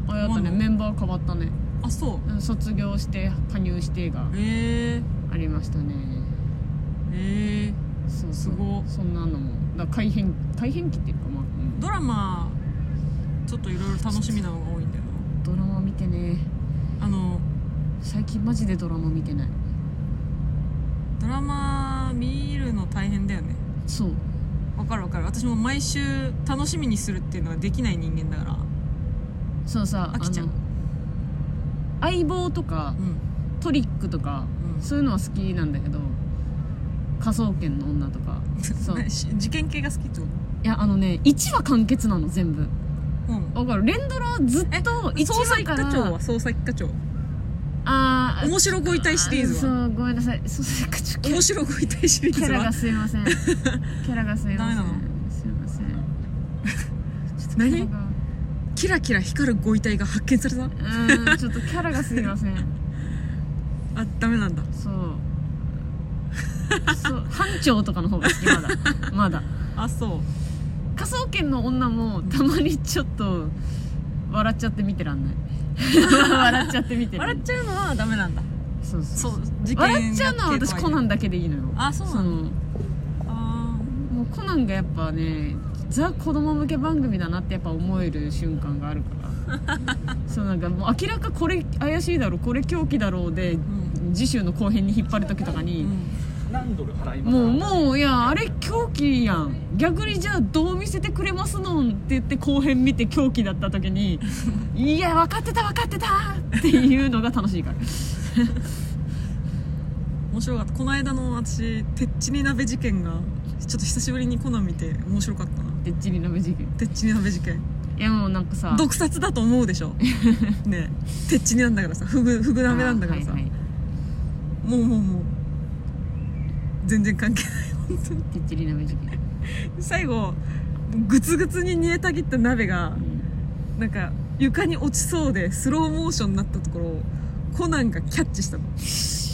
Speaker 1: あれだったね
Speaker 2: うん
Speaker 1: メンバー変わったね
Speaker 2: あそう
Speaker 1: うん卒業して加入してが
Speaker 2: え
Speaker 1: ありましたね
Speaker 2: ー、えー、
Speaker 1: そう
Speaker 2: す
Speaker 1: そう
Speaker 2: ごっ
Speaker 1: そんなのもだから改変改変期っていうかまあ、うん
Speaker 2: ドラマちょっといろいろ楽しみなのが多いんだよ
Speaker 1: ドラマ見てね
Speaker 2: なあの
Speaker 1: 最近マジでドラマ見てない
Speaker 2: ドラマ見るの大変だよね
Speaker 1: そう
Speaker 2: わかるわかる私も毎週楽しみにするっていうのができない人間だから
Speaker 1: そうさ
Speaker 2: 飽きちゃう
Speaker 1: あの相棒とか
Speaker 2: うん
Speaker 1: トリックとか
Speaker 2: うん
Speaker 1: そういうのは好きなんだけど科捜研の女と
Speaker 2: [laughs]
Speaker 1: かそうい
Speaker 2: し事件系が好きってこ
Speaker 1: やあのね1話完結なの全部
Speaker 2: とう
Speaker 1: わ
Speaker 2: ん
Speaker 1: かる連ドラずっと
Speaker 2: 捜
Speaker 1: 1
Speaker 2: 査
Speaker 1: 話
Speaker 2: 一
Speaker 1: か
Speaker 2: 課
Speaker 1: ら
Speaker 2: 長は捜査一課長
Speaker 1: あー
Speaker 2: 面白ご遺体シリーズは
Speaker 1: そうごめんなさいそうそうちょっと
Speaker 2: 面白ご遺体シリ
Speaker 1: キ
Speaker 2: ー
Speaker 1: ャ
Speaker 2: ズ
Speaker 1: ラが
Speaker 2: は
Speaker 1: すいま
Speaker 2: [laughs]
Speaker 1: せんキャラがすいませ
Speaker 2: ダメなん
Speaker 1: すいま
Speaker 2: [laughs]
Speaker 1: せんちょっと
Speaker 2: 何
Speaker 1: キャラが
Speaker 2: キラキラ光るご遺体が発見された
Speaker 1: うーんちょっとキャラがすいません
Speaker 2: あダメなんだ [laughs]
Speaker 1: そうそう班長とかの方が好きまだまだ
Speaker 2: あそう
Speaker 1: 科捜研の女もたまにちょっと笑っちゃって見てら
Speaker 2: [laughs]
Speaker 1: んない笑っちゃって見てら
Speaker 2: 笑
Speaker 1: ん
Speaker 2: っ
Speaker 1: ない
Speaker 2: ちゃうのはダメなんだ
Speaker 1: そう
Speaker 2: そ
Speaker 1: そうう
Speaker 2: 事件
Speaker 1: 笑っちゃうのは
Speaker 2: 系と
Speaker 1: 私コナンだけでいいのよ
Speaker 2: あそうな
Speaker 1: そ
Speaker 2: んだ
Speaker 1: の
Speaker 2: あ
Speaker 1: もうコナンがやっぱねザ子供向け番組だなってやっぱ思える瞬間があるから
Speaker 2: [laughs]
Speaker 1: そうなんかもう明らかこれ怪しいだろこれ狂気だろうで、
Speaker 2: ん
Speaker 1: 次週の後編に引っ張る時とか
Speaker 2: ー
Speaker 1: に
Speaker 2: う、ん
Speaker 3: 何ドル払います
Speaker 1: もう
Speaker 3: か
Speaker 1: もういやあれ狂気やん逆にじゃあどう見せてくれますのんって言って後編見て狂気だった時
Speaker 2: [laughs]
Speaker 1: にいや分かってた分かってたっていうのが楽しいから [laughs]
Speaker 2: 面白かったこの間の私てっちり鍋事件がちょっと久しぶりにコナン見て面白かったな
Speaker 1: てっちりの目事件
Speaker 2: てっちり鍋事件
Speaker 1: いやもうなんかさ
Speaker 2: 毒殺だと思うで
Speaker 1: [laughs]
Speaker 2: しょねえてっちりなんだからさフグフグ鍋なんだからさ、
Speaker 1: あーはいは
Speaker 2: もうもうもう全然関係ない本当に
Speaker 1: いてっちりの目事件、
Speaker 2: 最後グツグツに煮えたぎった鍋が
Speaker 1: うん
Speaker 2: なんか床に落ちそうでスローモーションになったところをコナンがキャッチした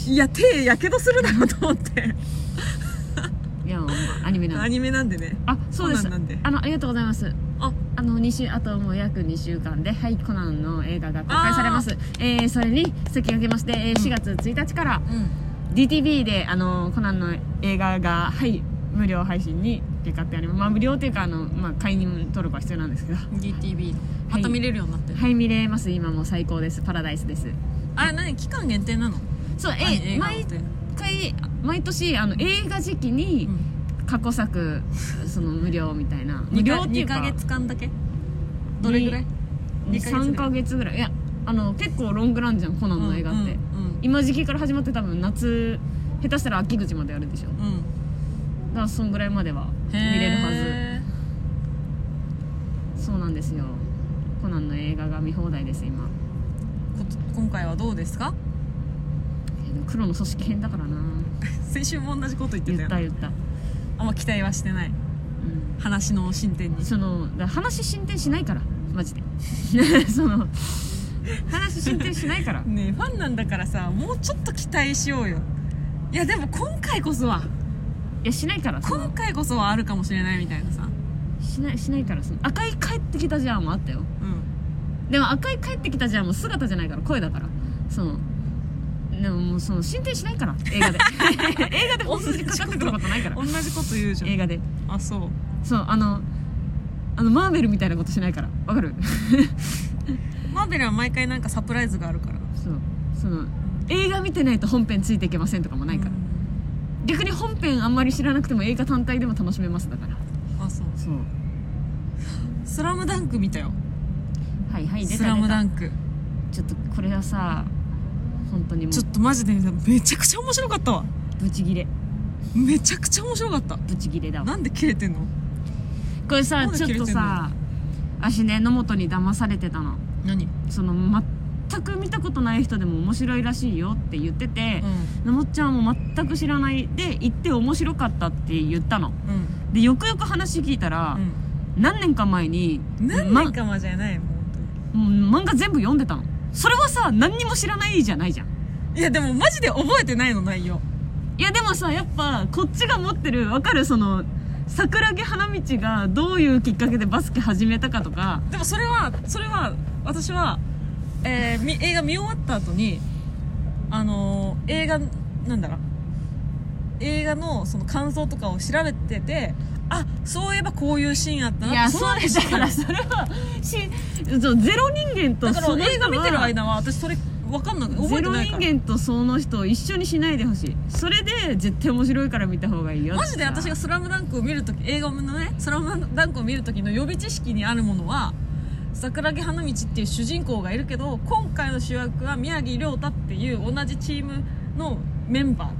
Speaker 2: のいや手やけどするだろうと思
Speaker 1: [laughs]
Speaker 2: って
Speaker 1: いやもうアニメなんで
Speaker 2: アニメなんでね
Speaker 1: あそうです
Speaker 2: コナンなんで
Speaker 1: あのありがとうございます
Speaker 2: あ
Speaker 1: あの2週あともう約2週間ではいコナンの映画が公開されますえーそれに先駆けまして、えー4月1日から
Speaker 2: うん
Speaker 1: DTV であのコナンの映画がはい無料配信に出かってありますまあ無料っていうかあの、まあ、会員登録は必要なんですけど [laughs]
Speaker 2: DTV
Speaker 1: はい
Speaker 2: また見れるようになってる、
Speaker 1: はい見れます今もう最高ですパラダイスです
Speaker 2: あれ何期間限定なの
Speaker 1: そう
Speaker 2: あ
Speaker 1: え
Speaker 2: 映画っ
Speaker 1: 毎
Speaker 2: て、
Speaker 1: 回毎年あの映画時期に
Speaker 2: うん、
Speaker 1: 過去作、その無料みたいな無
Speaker 2: 2,
Speaker 1: 料
Speaker 2: か
Speaker 1: っていう
Speaker 2: 2
Speaker 1: か
Speaker 2: ヶ月間だけどれぐらい二ヶ月ぐらい
Speaker 1: 3ヶ月ぐらいいやあの結構ロングランじゃんコナンの映画って、
Speaker 2: うん
Speaker 1: 今時期から始まって多分夏下手したら秋口までやるでしょだ
Speaker 2: うん、うん
Speaker 1: からそんぐらいまでは見れるは
Speaker 2: へ
Speaker 1: ずそうなんですよコナンの映画が見放題です今
Speaker 2: ーこ今回はどうですか
Speaker 1: いやでも黒の組織編だからな
Speaker 2: 先週も同じこと言ってた
Speaker 1: 言
Speaker 2: よ
Speaker 1: った言った、
Speaker 2: あんま期待はしてない
Speaker 1: うん
Speaker 2: 話の進展
Speaker 1: [laughs]
Speaker 2: に
Speaker 1: そのだから話進展しないからマジでその話進展しないから
Speaker 2: ねえファンなんだからさもうちょっと期待しようよいやでも今回こそはい
Speaker 1: やしないからそ
Speaker 2: 今
Speaker 1: の
Speaker 2: 回こそはあるかもしれないみたいなさ
Speaker 1: しないしないからその赤い帰ってきたじゃんもあったよ
Speaker 2: うん
Speaker 1: でも赤い帰ってきたじゃんも姿じゃないから声だからそのでももうその進展しないから映画で映画で大筋かかってくることないから
Speaker 2: 同じこと言うじゃん
Speaker 1: 映画で
Speaker 2: あそう
Speaker 1: そうあのあのマーベルみたいなことしないからわか
Speaker 2: [laughs]
Speaker 1: る
Speaker 2: マーベルは毎回なんかサプライズがあるから
Speaker 1: そうその映画見てないと本編ついていけませんとかもないから、
Speaker 2: うん
Speaker 1: 逆に本編あんまり知らなくても映画単体でも楽しめますだから
Speaker 2: あそう
Speaker 1: そう
Speaker 2: 「スラムダンク見たよ
Speaker 1: はいは
Speaker 2: 「
Speaker 1: い出
Speaker 2: ス
Speaker 1: た
Speaker 2: ラム
Speaker 1: 出
Speaker 2: ダ
Speaker 1: た
Speaker 2: ンク
Speaker 1: ちょっとこれはさ本当にも
Speaker 2: ちょっ
Speaker 1: う
Speaker 2: とマジで見ためちゃくちゃ面白かったわ
Speaker 1: ブチギレ
Speaker 2: めちゃくちゃ面白かった
Speaker 1: ブチギレだわ
Speaker 2: なんで切れてんの
Speaker 1: これさ
Speaker 2: なんで
Speaker 1: ちょ
Speaker 2: 切
Speaker 1: っ
Speaker 2: れてん
Speaker 1: と
Speaker 2: の
Speaker 1: さ私ね野本に騙されてたの
Speaker 2: 何うん
Speaker 1: その全く見たことない人でも面白いらしいよって言ってて、のもっちゃんも全く知らないで行って面白かったって言ったの
Speaker 2: うん
Speaker 1: でよくよく話聞いたら、何年か前に
Speaker 2: 何年か前じゃないもう本当に
Speaker 1: まもう漫画全部読んでたのそれはさ何にも知らないじゃないじゃん
Speaker 2: いやでもマジで覚えてないの内容
Speaker 1: いやでもさやっぱこっちが持ってるわかるその桜木花道がどういうきっかけでバスケ始めたかとか
Speaker 2: でもそれはそれは私は、えーみ映画見終わった後にあのー映画なんだろう映画のその感想とかを調べててあそういえばこういうシーンあったなっての
Speaker 1: だからそれはしそうゼロ人間と
Speaker 2: だか
Speaker 1: その
Speaker 2: ら映
Speaker 1: 人
Speaker 2: 画見てる
Speaker 1: は
Speaker 2: 間は私それ分かんなく覚え
Speaker 1: ゼ
Speaker 2: て
Speaker 1: ロ
Speaker 2: ないか
Speaker 1: 人
Speaker 2: ら
Speaker 1: 間とその人を一緒にしないでほしいそれで絶対面白いから見た方がいいよ
Speaker 2: マジで私が「スラムダンクを見るとき映画のね「スラムダンクを見るときの予備知識にあるものは桜木花道っていう主人公がいるけど今回の主役は宮城亮太っていう同じチームのメンバ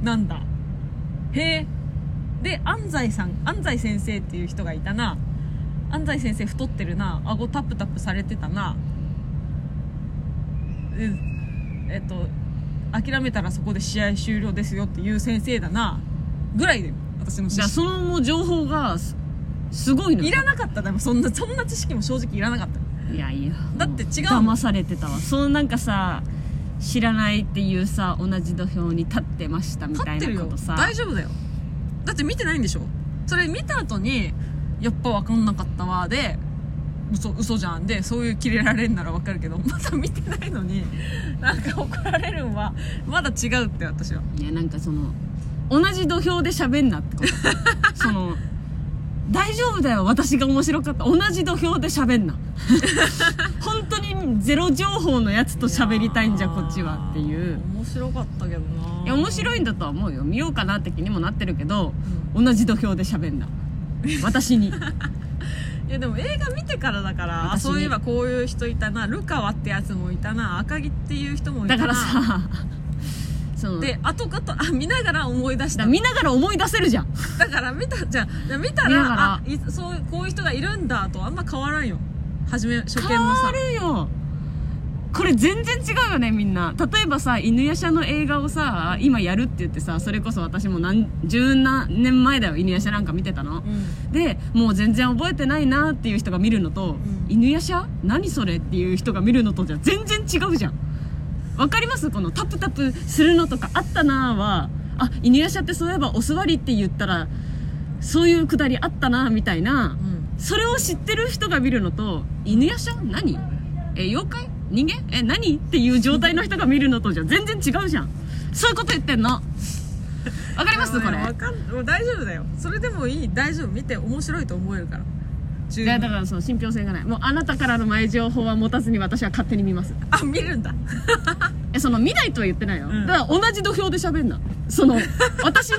Speaker 2: ーなんだへえで安西さん安西先生っていう人がいたな安西先生太ってるな顎タップタップされてたなええっと諦めたらそこで試合終了ですよっていう先生だなぐらいで私の知
Speaker 1: じゃあ
Speaker 2: 識
Speaker 1: そのもう情報がすすごいのよ
Speaker 2: いらなかったでもそんなそんな知識も正直いらなかった
Speaker 1: いやいや
Speaker 2: だって違うもん
Speaker 1: 騙されてたわそのなんかさ知らないっていうさ同じ土俵に立ってましたみたい
Speaker 2: 立ってる
Speaker 1: な
Speaker 2: よ
Speaker 1: ことさ
Speaker 2: 大丈夫だよだって見てないんでしょそれ見た後にやっぱ分かんなかったわで嘘嘘じゃんでそういうキレられんなら分かるけどまだ見てないのになんか怒られるんはまだ違うって私はい
Speaker 1: やなんかその同じ土俵で喋んなって
Speaker 2: [laughs]
Speaker 1: ことその大丈夫だよ私が面白かった同じ土俵で喋
Speaker 2: [laughs]
Speaker 1: んな本当にゼロ情報のやつと喋りたいんじゃこっちはっていう
Speaker 2: 面白かったけどない
Speaker 1: いや面白いんだとは思うよ見ようかなって気にもなってるけど同じ土俵で喋んな私
Speaker 2: [laughs]
Speaker 1: に
Speaker 2: いやでも映画見てからだからあ
Speaker 1: 私に
Speaker 2: そういえばこういう人いたなルカワってやつもいたな赤木っていう人もいた
Speaker 1: だ
Speaker 2: な
Speaker 1: からさその
Speaker 2: で後かとあ見ながら思い出し
Speaker 1: だ
Speaker 2: た
Speaker 1: 見ながら思い出せるじゃん
Speaker 2: だから見たじゃあじゃあ見たら
Speaker 1: 見ながら
Speaker 2: あいそうこういう人がいるんだとあんま変わらんよ初め初見
Speaker 1: 変
Speaker 2: の
Speaker 1: わ
Speaker 2: さ
Speaker 1: るよこれ全然違うよねみんな例えばさ犬夜叉の映画をさ今やるって言ってさそれこそ私も何十何年前だよ犬夜叉なんか見てたの
Speaker 2: うん
Speaker 1: でもう全然覚えてないなっていう人が見るのと、
Speaker 2: ん
Speaker 1: 犬夜叉何それっていう人が見るのとじゃ全然違うじゃんわかりますこのタプタプするのとかあったなーはあ犬夜叉ってそういえばお座りって言ったらそういうくだりあったなーみたいな
Speaker 2: うん
Speaker 1: それを知ってる人が見るのと犬夜叉何え妖怪人間え何っていう状態の人が見るのとじゃ全然違うじゃんそういうこと言ってんのわかりますこれ
Speaker 2: わかんもう大丈夫だよそれでもいい大丈夫見て面白いと思えるから十
Speaker 1: いやだからその信憑性がないもうあなたからの前情報は持たずに私は勝手に見ます
Speaker 2: あ見るんだ
Speaker 1: えその見ないとは言ってないよ、
Speaker 2: うん
Speaker 1: だから同じ土俵で喋んなその私
Speaker 2: [laughs]
Speaker 1: の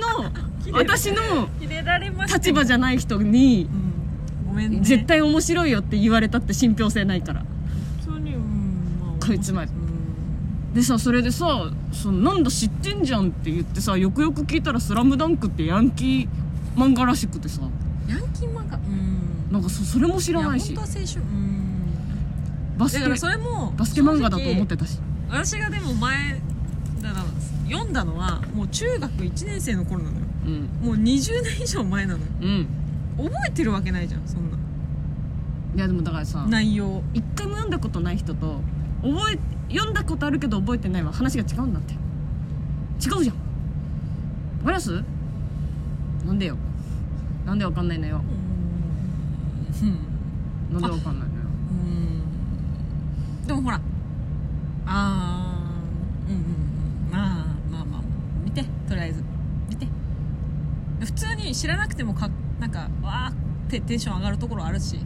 Speaker 2: 切れる
Speaker 1: 私の
Speaker 2: 入れられました
Speaker 1: 立場じゃない人に
Speaker 2: うんごめんね
Speaker 1: 絶対面白いよって言われたって信憑性ないから
Speaker 2: 本当にうんま
Speaker 1: [laughs]
Speaker 2: あ
Speaker 1: こいつまで
Speaker 2: うん
Speaker 1: でさそれでさそのなんだ知ってんじゃんって言ってさよくよく聞いたら「スラムダンクってヤンキー漫画らしくてさ
Speaker 2: ヤンキー漫画うん
Speaker 1: なんかそそれも知らないし
Speaker 2: や本当は青春うん
Speaker 1: バス
Speaker 2: だ
Speaker 1: ケ
Speaker 2: からそれも
Speaker 1: バスケ漫画だと思っ
Speaker 2: 正直
Speaker 1: てたし
Speaker 2: 私がでも前だから読んだのはもう中学1年生の頃なのよ
Speaker 1: うん
Speaker 2: もう20年以上前なのよ
Speaker 1: うん
Speaker 2: 覚えてるわけないじゃんそんな
Speaker 1: いやでもだからさ
Speaker 2: 内容
Speaker 1: 一回も読んだことない人と覚え読んだことあるけど覚えてないは話が違うんだって違うじゃんわかりますなんでよなんでわかんないのよ
Speaker 2: うん
Speaker 1: なんでわかんないのよ
Speaker 2: うんでもほらあーうんうんうんまあまあまあ見てとりあえず見て普通に知らなくてもかなんかわーってテンション上がるところあるし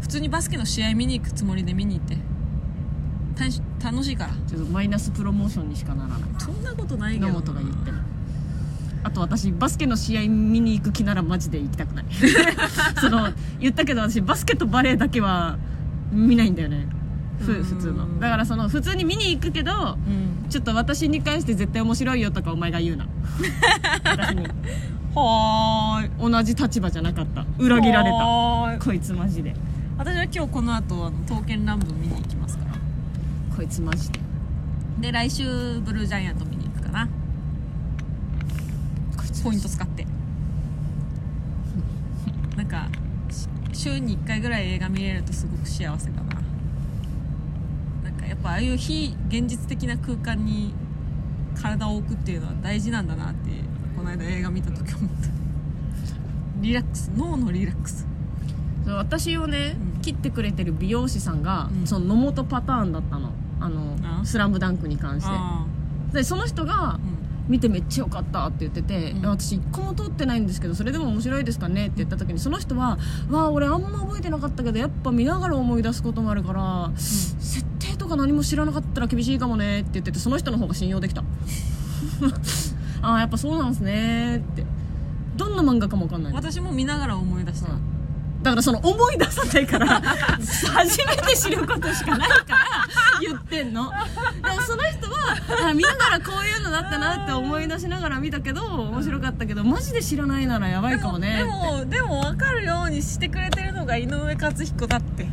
Speaker 2: 普通にバスケの試合見に行くつもりで見に行って楽し楽しいから
Speaker 1: ちょっとマイナスプロモーションにしかならない
Speaker 2: そんなことないけど
Speaker 1: 野
Speaker 2: な
Speaker 1: 本が言ってもあと私バスケの試合見に行く気ならマジで行きた
Speaker 2: [laughs]
Speaker 1: くないその言ったけど私バスケとバレーだけは見ないんだよねふ
Speaker 2: うん
Speaker 1: 普通のだからその普通に見に行くけど
Speaker 2: うん
Speaker 1: ちょっと私に関して絶対面白いよとかお前が
Speaker 2: [laughs]
Speaker 1: 言うな私に
Speaker 2: はーい
Speaker 1: 同じ立場じゃなかった裏切られた
Speaker 2: はーい
Speaker 1: こいつマジで
Speaker 2: 私は今日この後あの刀剣乱舞見に行きますから
Speaker 1: こいつマジでこ
Speaker 2: で来週ブルージャイアント見に行くかない
Speaker 1: つ
Speaker 2: ポイント使って [laughs] なんかし週に1回ぐらい映画見れるとすごく幸せだななんかやっぱああいう非現実的な空間に体を置くっていうのは大事なんだなってこの間映画見た時思ったリラックス脳のリラックス
Speaker 1: そう私をね、
Speaker 2: うん
Speaker 1: 切ってくれてる美容師さんが、
Speaker 2: うん
Speaker 1: その野本パターンだったの「あの
Speaker 2: あ
Speaker 1: スラムダンクに関して
Speaker 2: あ
Speaker 1: でその人が
Speaker 2: あうん
Speaker 1: 「見てめっちゃ良かった」って言ってて、
Speaker 2: うん
Speaker 1: 私一個も通ってないんですけどそれでも面白いですかねって言った時にその人は「わあ俺あんま覚えてなかったけどやっぱ見ながら思い出すこともあるから、設定とか何も知らなかったら厳しいかもね」って言っててその人の方が信用で
Speaker 2: [laughs]
Speaker 1: きたああやっぱそうなんすねってどんな漫画かも分かんないの
Speaker 2: 私も見ながら思い出した、
Speaker 1: だからその思い出さないから初めて知ることしかないから言ってんのだからその人はあ見ながらこういうのだったなって思い出しながら見たけど面白かったけどマジで知らないならやばいかもね
Speaker 2: でもでも分かるようにしてくれてるのが井上克彦だって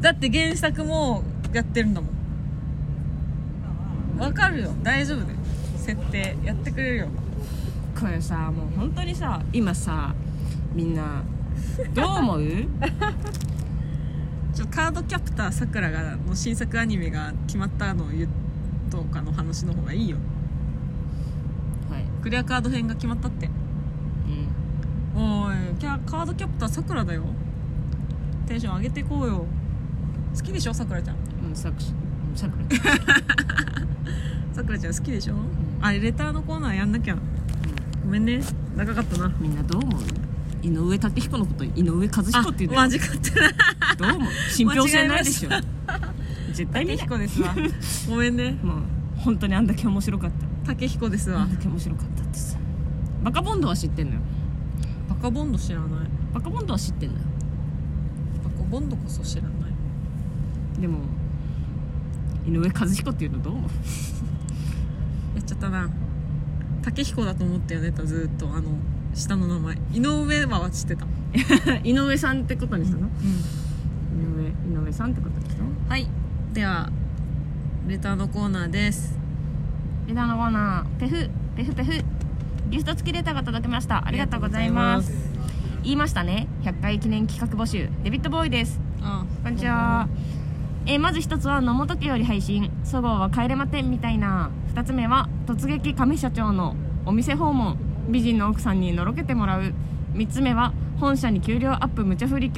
Speaker 2: だって原作もやってるんだもん分かるよ大丈夫だよ設定やってくれるよ
Speaker 1: これさもう本当にさ今さみんなどう思う
Speaker 2: ちょカードキャプターさくらがの新作アニメが決まったのを言っとかの話の方がいいよ
Speaker 1: はい、
Speaker 2: クリアカード編が決まったって
Speaker 1: うん、
Speaker 2: おいキャカードキャプターさくらだよテンション上げていこうよ好きでしょさくらちゃん
Speaker 1: うんさくさくら
Speaker 2: さくらちゃん好きでしょ、あれレターのコーナーやんなきゃ、ごめんね長かったな
Speaker 1: みんなどう思う井上武彦のこと井上和彦って言うのよ
Speaker 2: あマジかってな
Speaker 1: どう思う信憑性ないでしょ
Speaker 2: 間違
Speaker 1: 絶対見ない
Speaker 2: 彦ですわごめんね
Speaker 1: もう本当にあんだけ面白かった
Speaker 2: 竹彦です
Speaker 1: あ
Speaker 2: わ
Speaker 1: んだけ面白かったってさバカボンドは知ってんのよ
Speaker 2: バカボンド知らない
Speaker 1: バカボンドは知ってんのよ
Speaker 2: バカボンドこそ知らない
Speaker 1: でも井上和彦っていうのどう思う
Speaker 2: やっちゃったな竹彦だと思ったよねたずーっとあの下の名前井上は知ってた、
Speaker 1: [laughs] 井上さんってことにしたの、
Speaker 2: う
Speaker 1: 井上井上さんってことにしたの
Speaker 2: ん、はいではレターのコーナーです
Speaker 1: 枝のコーナーペフペフペフギフト付きレターが届きましたありがとうございます
Speaker 2: ありがとうござい
Speaker 1: 言いましたね100回記念企画募集デビッドボーイです
Speaker 2: ますあ
Speaker 1: こんにちは。えーまず一つは野本家より配信「そごうは帰れまてん」みたいな二つ目は突撃上社長のお店訪問美人の奥さんにのろけてもらう三つ目は本社に給料アップ無茶振り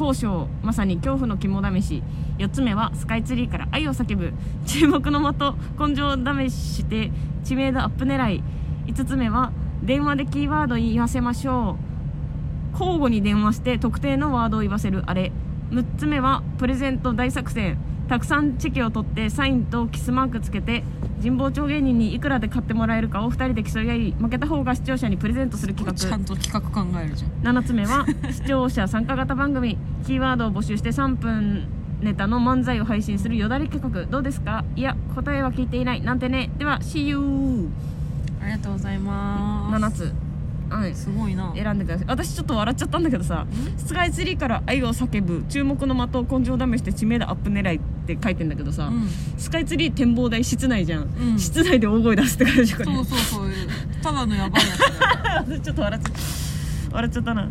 Speaker 1: 交渉まさに恐怖の肝試し四つ目はスカイツリーから愛を叫ぶ注目の的根性試して知名度アップ狙い五つ目は電話でキーワード言わせましょう交互に電話して特定のワードを言わせるあれ6つ目はプレゼント大作戦たくさんチェキを取ってサインとキスマークつけて神保町芸人にいくらで買ってもらえるかを2人で競い合い負けた方が視聴者にプレゼントする
Speaker 2: これ
Speaker 1: 企
Speaker 2: ちゃ
Speaker 1: 画
Speaker 2: んと企画考えるじゃん
Speaker 1: 7つ目は視聴者参加型番組キーワードを募集して3分ネタの漫才を配信するよだれ企画どうですかいや答えは聞いていないなんてねでは See you
Speaker 2: ありがとうございま
Speaker 1: 7つはい
Speaker 2: すごいな
Speaker 1: 選んでください私ちょっと笑っちゃったんだけどさスカイツリーから愛を叫ぶ注目の的を根性試して知名度アップ狙いって書いてんだけどさ、
Speaker 2: うん
Speaker 1: スカイツリー展望台室内じゃん、
Speaker 2: うん
Speaker 1: 室内で大声出すって感じこれ [laughs]
Speaker 2: そうそうそうただのやばいやつだよ
Speaker 1: ちょっと笑っちゃった笑っちゃったな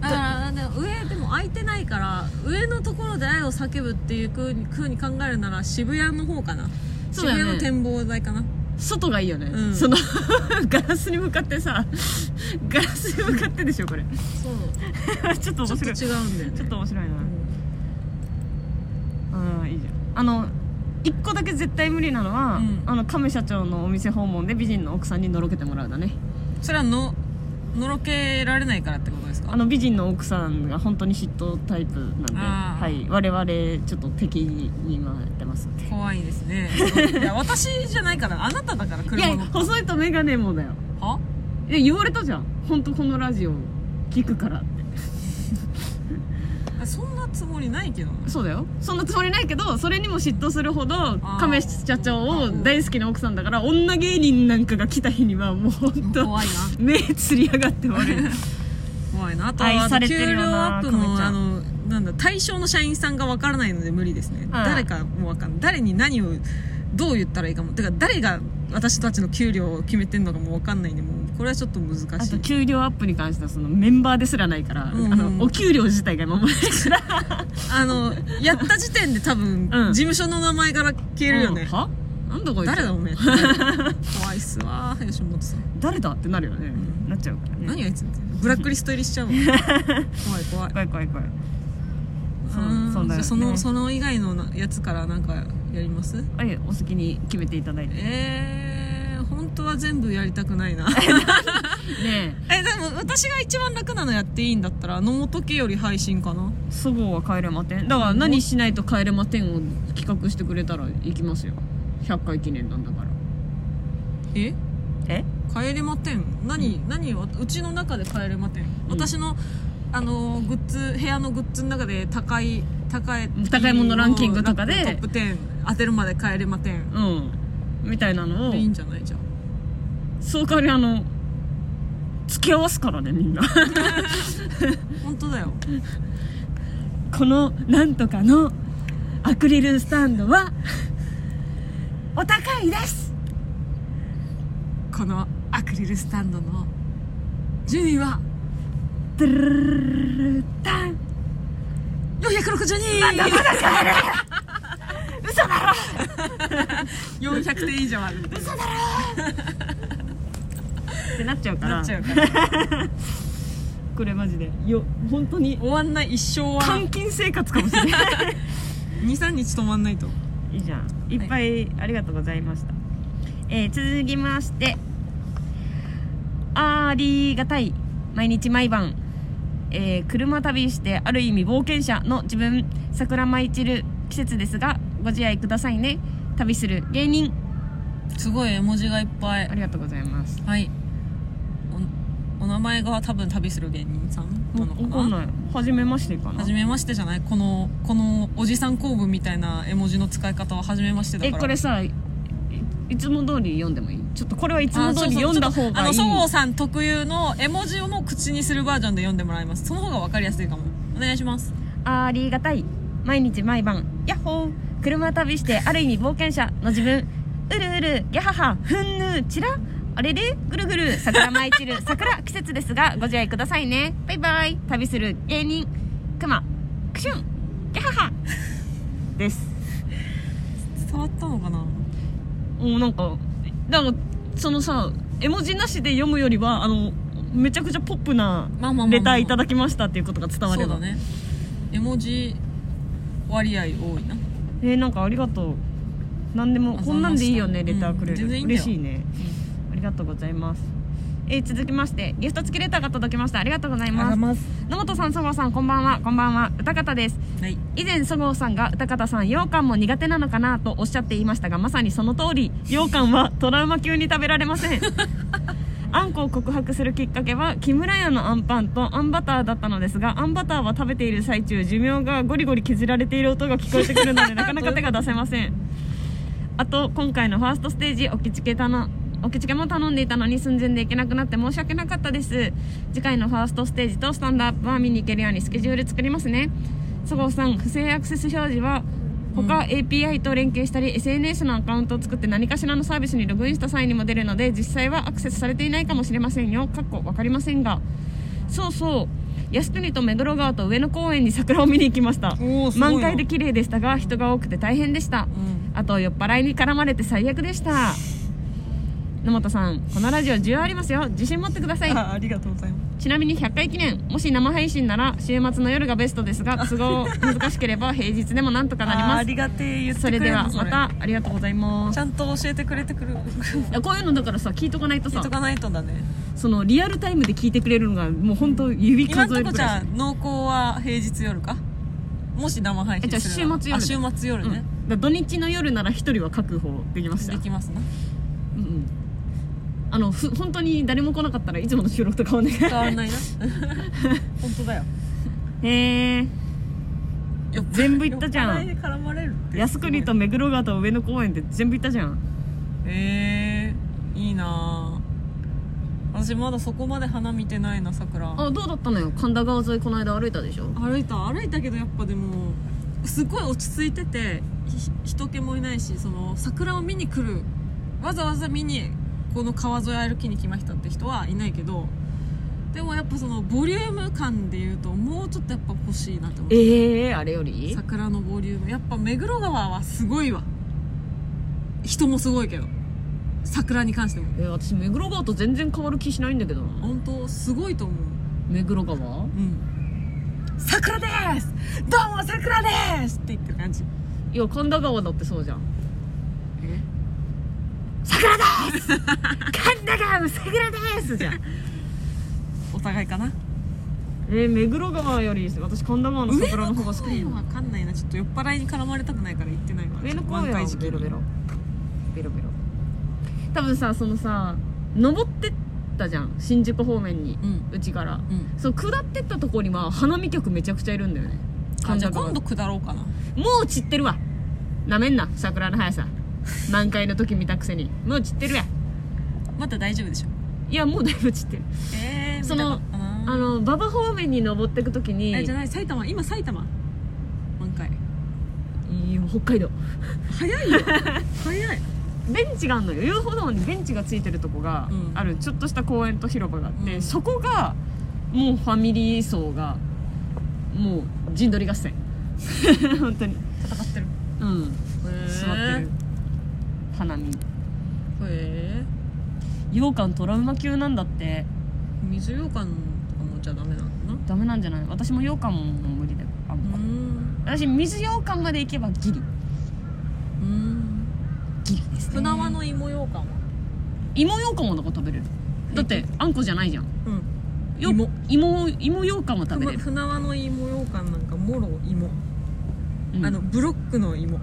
Speaker 2: だからあでも上でも空いてないから上のところで愛を叫ぶっていう風に風に考えるなら渋谷の方かな、
Speaker 1: そうだ
Speaker 2: 渋
Speaker 1: よ
Speaker 2: 谷
Speaker 1: ね
Speaker 2: の展望台かな
Speaker 1: 外がいいよね、
Speaker 2: うん
Speaker 1: その [laughs] ガラスに向かってさガラスに向かってでしょこれ
Speaker 2: そ
Speaker 1: [laughs]
Speaker 2: う
Speaker 1: ちょっと面
Speaker 2: ちょ
Speaker 1: 白い
Speaker 2: っと
Speaker 1: ち
Speaker 2: 違うんだよね
Speaker 1: ょっと面白いな
Speaker 2: うん
Speaker 1: うんいいじゃんあの一個だけ絶対無理なのは、
Speaker 2: うん
Speaker 1: あの亀社長のお店訪問で美人の奥さんにのろけてもらうだね
Speaker 2: それはののろけられないからってことですか
Speaker 1: あの美人の奥さんが本当に嫉妬タイプなんで、
Speaker 2: あー
Speaker 1: はい、我々ちょっと敵に回ってますんで
Speaker 2: 怖いですねいや私じゃないからあなただから
Speaker 1: いや
Speaker 2: 車の
Speaker 1: 細いとメガネもだよ
Speaker 2: は
Speaker 1: え言われたじゃん本当このラジオ聞くからって
Speaker 2: そんなつもりないけどな
Speaker 1: そうだよそんなつもりないけどそれにも嫉妬するほど
Speaker 2: ー
Speaker 1: 亀社長を大好きな奥さんだから女芸人なんかが来た日にはもう本当
Speaker 2: 怖いな
Speaker 1: 目つり上がって悪い
Speaker 2: [laughs] 怖いなあと
Speaker 1: 愛
Speaker 2: は
Speaker 1: されて
Speaker 2: 給
Speaker 1: るよ
Speaker 2: 料
Speaker 1: な
Speaker 2: アップ
Speaker 1: 亀
Speaker 2: も
Speaker 1: ちゃん
Speaker 2: あのなんだ対象の社員さんがわからないので無理ですね、誰かもわかんない誰に何をどう言ったらいいかもてか誰が私たちの給料を決めてんのかもわかんないんでもうこれはちょっと難しい
Speaker 1: あと給料アップに関してはそのメンバーですらないから、
Speaker 2: うん
Speaker 1: あのお給料自体が今まで
Speaker 2: あのやった時点で多
Speaker 1: [laughs]
Speaker 2: 分、
Speaker 1: うん
Speaker 2: 事務所の名前から消えるよね、
Speaker 1: はなんだこいつ
Speaker 2: 誰だおめえ怖いっすわ吉本さん
Speaker 1: 誰だってなるよね、
Speaker 2: ん
Speaker 1: なっちゃうからね
Speaker 2: 何あいつブラックリスト入りしちゃうわ怖い怖い
Speaker 1: 怖い怖い怖い [laughs] そ
Speaker 2: うん
Speaker 1: うそうだよ、ね、
Speaker 2: じゃあそのその以外のなやつからなんかやります
Speaker 1: あいえお好きに決めていただいてね
Speaker 2: えー、本当は全部やりたくな
Speaker 1: [laughs]
Speaker 2: いなえでも私が一番楽なのやっていいんだったら野本家より配信かな
Speaker 1: えそごうは帰れまてんだから何しないと帰れまてんを企画してくれたら行きますよ100回記念なんだから
Speaker 2: え
Speaker 1: え
Speaker 2: 帰れまてん何、何をうちの中で帰れまてん、
Speaker 1: ん
Speaker 2: 私のあのーグッズ部屋のグッズの中で高い高い
Speaker 1: 高いものランキングとかで
Speaker 2: トップ10当てるまで帰れまてん
Speaker 1: うんみたいなのを
Speaker 2: でいいんじゃないじゃん
Speaker 1: その代わりあの付き合わすからねみんな
Speaker 2: 本当だよ
Speaker 1: [laughs] このなんとかのアクリルスタンドはお高いです
Speaker 2: このアクリルスタンドの順位は
Speaker 1: ドゥルルルルルタン
Speaker 2: 462
Speaker 1: まだ帰れ嘘だろ
Speaker 2: 400点以上ある嘘だ
Speaker 1: ってなっちゃうから
Speaker 2: なっちゃうから
Speaker 1: これマジでよ本当に
Speaker 2: 終わんない一生は
Speaker 1: 監禁生活かもしれない
Speaker 2: 23日止まんないと
Speaker 1: いいじゃんいっぱいありがとうございました、えー続きましてありがたい毎日毎晩、えー車旅してある意味冒険者の自分桜舞い散る季節ですがご自愛くださいね旅する芸人
Speaker 2: すごい絵文字がいっぱ
Speaker 1: あ
Speaker 2: い
Speaker 1: りがとうございます
Speaker 2: はいおお名前が多分旅する芸人さんなのか
Speaker 1: わ
Speaker 2: な
Speaker 1: かんない初めましてかな
Speaker 2: 初めましてじゃないこのこのおじさん公文みたいな絵文字の使い方は初めましてだ
Speaker 1: え
Speaker 2: から
Speaker 1: これさいいつも通り読んでもいいちょっとこれはいつも通り読んだ方がいい
Speaker 2: あそうそうちょっとあのそごうさん特有の絵文字をもう口にするバージョンで読んでもらいますその方が分かりやすいかもお願いします
Speaker 1: ありがたい毎日毎晩ヤッホー車旅してある意味冒険者の自分うるうるやははふんぬちらあれれぐるぐる桜舞い散る桜季節ですがご自愛くださいねバイバイ旅する芸人くまくしゅんやははです
Speaker 2: 伝わったのかな
Speaker 1: もうなんかだからそのさ絵文字なしで読むよりはあのめちゃくちゃポップな
Speaker 2: まあまあまあまあ
Speaker 1: レターいただきましたっていうことが伝われ
Speaker 2: そう
Speaker 1: ば
Speaker 2: だね絵文字割合多いな
Speaker 1: えー、なんかありがとうなんでも
Speaker 2: あ
Speaker 1: こんなんでいいよ
Speaker 2: そ
Speaker 1: ね
Speaker 2: うな
Speaker 1: レ
Speaker 2: んだ
Speaker 1: ターくれる、
Speaker 2: うん全然いいんだよ
Speaker 1: 嬉しいねありがとうございますえー、続きましてギフト付きレターが届きましたありがとうございます
Speaker 2: ます
Speaker 1: 野本さんそごうさんこんばんはこんばんは歌方です
Speaker 2: はい
Speaker 1: 以前そごうさんが歌方さん羊羹も苦手なのかなとおっしゃっていましたがまさにその通り羊羹はトラウマ級に食べられませんあんこを告白するきっかけは木村屋のあんパンとあんバターだったのですがあんバターは食べている最中寿命がゴリゴリ削られている音が聞こえてくるのでなかなか手が出せませんあと今回のファーストステージおきつけたのおきつけも頼んでいたのに寸前で行けなくなって申し訳なかったです次回のファーストステージとスタンドアップは見に行けるようにスケジュール作りますねそごうさん不正アクセス表示は他 API と連携したり、SNS のアカウントを作って何かしらのサービスにログインした際にも出るので実際はアクセスされていないかもしれませんよかっこ分かりませんがそうそう靖国と目黒川と上野公園に桜を見に行きました
Speaker 2: おおすごい
Speaker 1: 満
Speaker 2: な
Speaker 1: 開で綺麗でしたが人が多くて大変でした
Speaker 2: うん
Speaker 1: あと酔っ払いに絡まれて最悪でした野本さんこのラジオ需要ありますよ自信持ってください
Speaker 2: あありがとうございます
Speaker 1: ちなみに100回記念もし生配信なら週末の夜がベストですが都合難しければ平日でもなんとかなり
Speaker 2: あー
Speaker 1: ま
Speaker 2: あ
Speaker 1: す
Speaker 2: りがてえ言って
Speaker 1: そ
Speaker 2: くれ
Speaker 1: れ
Speaker 2: る
Speaker 1: では
Speaker 2: の
Speaker 1: またありがとうございま
Speaker 2: ち
Speaker 1: す
Speaker 2: ゃんと教えてくれてくる
Speaker 1: いやこういうのだからさ聞いとかないと
Speaker 2: 言
Speaker 1: さ
Speaker 2: っとかないとだね
Speaker 1: そのリアルタイムで聞いてくれるのがもう本当指
Speaker 2: 今ん
Speaker 1: 数え
Speaker 2: と
Speaker 1: る
Speaker 2: こ
Speaker 1: く
Speaker 2: じゃ
Speaker 1: ら
Speaker 2: あ
Speaker 1: い
Speaker 2: 濃厚は平日夜かもし生配信するなら
Speaker 1: えじゃあ週末夜だ
Speaker 2: あ週末夜
Speaker 1: うん、だ
Speaker 2: ね
Speaker 1: か、ら土日の夜なら一人は確保できました
Speaker 2: できます
Speaker 1: [laughs]
Speaker 2: な
Speaker 1: うんうんあのふ本当に誰も来なかったらいつもの収録とかお願い
Speaker 2: 変わらない
Speaker 1: [laughs]
Speaker 2: な本当だよ
Speaker 1: へえ全部行ったじゃん
Speaker 2: 酔っ払いに絡まれるって
Speaker 1: 靖国と目黒川と上野公園で全部行ったじゃん
Speaker 2: えー、いいなあ私まだそこまで花見てないな桜
Speaker 1: あどうだったのよ神田川沿いこの間歩いたでしょ
Speaker 2: 歩いた歩いたけどやっぱでもすごい落ち着いててひ人気もいないしその桜を見に来るわざわざ見にこの川沿い歩きに来ましたって人はいないけどでもやっぱそのボリューム感でいうともうちょっとやっぱ欲しいなって思って
Speaker 1: ええあれより
Speaker 2: 桜のボリュームやっぱ目黒川はすごいわ人もすごいけど桜に関しても
Speaker 1: えー私目黒川と全然変わる気しないんだけどな
Speaker 2: 本当すごいと思う
Speaker 1: 目黒川
Speaker 2: うん桜ですどうも桜ですって言ってる感じ
Speaker 1: いや神田川だってそうじゃん
Speaker 2: え
Speaker 1: 桜です神田川の桜ですじゃん
Speaker 2: お互いかな
Speaker 1: [laughs] えー、目黒川より私神田川の桜の方が好き
Speaker 2: 上野公園は分かんないなちょっと酔っ払いに絡まれたくないから行ってないわ
Speaker 1: 上の公
Speaker 2: 満
Speaker 1: 園
Speaker 2: 開
Speaker 1: は
Speaker 2: 時期
Speaker 1: ベロベロベロベロ多分さそのさ登ってったじゃん新宿方面に
Speaker 2: うん
Speaker 1: うちから
Speaker 2: うん
Speaker 1: そう下ってったとこには花見客めちゃくちゃいるんだよね
Speaker 2: あじゃあ
Speaker 1: 川
Speaker 2: 今度下ろうかな
Speaker 1: もう散ってるわなめんな桜の速さ満開の時見たくせにもう散ってるや
Speaker 2: まだ大丈夫でしょ
Speaker 1: いやもうだいぶ散ってる
Speaker 2: えー、
Speaker 1: その
Speaker 2: 見たかったな
Speaker 1: あの馬場方面に登ってく時に
Speaker 2: えじゃない埼玉今埼玉満開
Speaker 1: いいよ北海道
Speaker 2: 早いよ早い
Speaker 1: ベンチがあるのよ遊歩道にベンチがついてるとこが
Speaker 2: うん
Speaker 1: ある、ちょっとした公園と広場があって、
Speaker 2: うん
Speaker 1: そこがもうファミリー層がもう陣取り合戦 [laughs] 本当に
Speaker 2: 戦ってる
Speaker 1: うん
Speaker 2: 座
Speaker 1: 座ってる花見
Speaker 2: へえ
Speaker 1: 羊羹トラウマ級なんだって
Speaker 2: 水羊羹とかもじゃダメなのかな
Speaker 1: ダメなんじゃない私も羊羹も無理だよあん
Speaker 2: うー
Speaker 1: ま
Speaker 2: ん
Speaker 1: 私水羊羹まで行けばギリ
Speaker 2: うーん
Speaker 1: ギリですね
Speaker 2: 船輪の芋羊羹は
Speaker 1: 芋羊羹もどこ食べれるだってあんこじゃないじゃん
Speaker 2: うん
Speaker 1: よ
Speaker 2: 芋
Speaker 1: 芋芋羊羹も食べれる、
Speaker 2: 船輪の芋羊羹なんかもろ芋、
Speaker 1: うん
Speaker 2: あのブロックの芋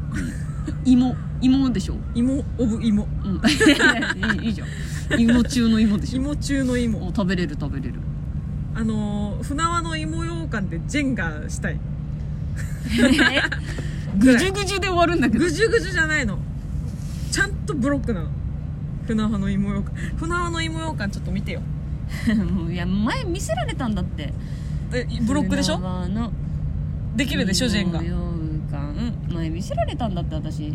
Speaker 1: 芋芋でしょ
Speaker 2: 芋オブ芋
Speaker 1: うん、いい [laughs] いいじゃん芋中の芋でしょ
Speaker 2: 芋中の
Speaker 1: お
Speaker 2: 芋
Speaker 1: 食べれる食べれる
Speaker 2: あのー船輪の芋羊羹ってジェンガしたい
Speaker 1: ぐじゅぐじゅで終わるんだけど
Speaker 2: ぐじゅぐじゅじゃないのちゃんとブロックなの船輪の芋羊羹船輪の芋羊羹ちょっと見てよ
Speaker 1: [laughs] もういや前見せられたんだって
Speaker 2: えブロックでしょ
Speaker 1: 車の
Speaker 2: できるでしょジェンガ
Speaker 1: 芋羊羹前見せられたんだって私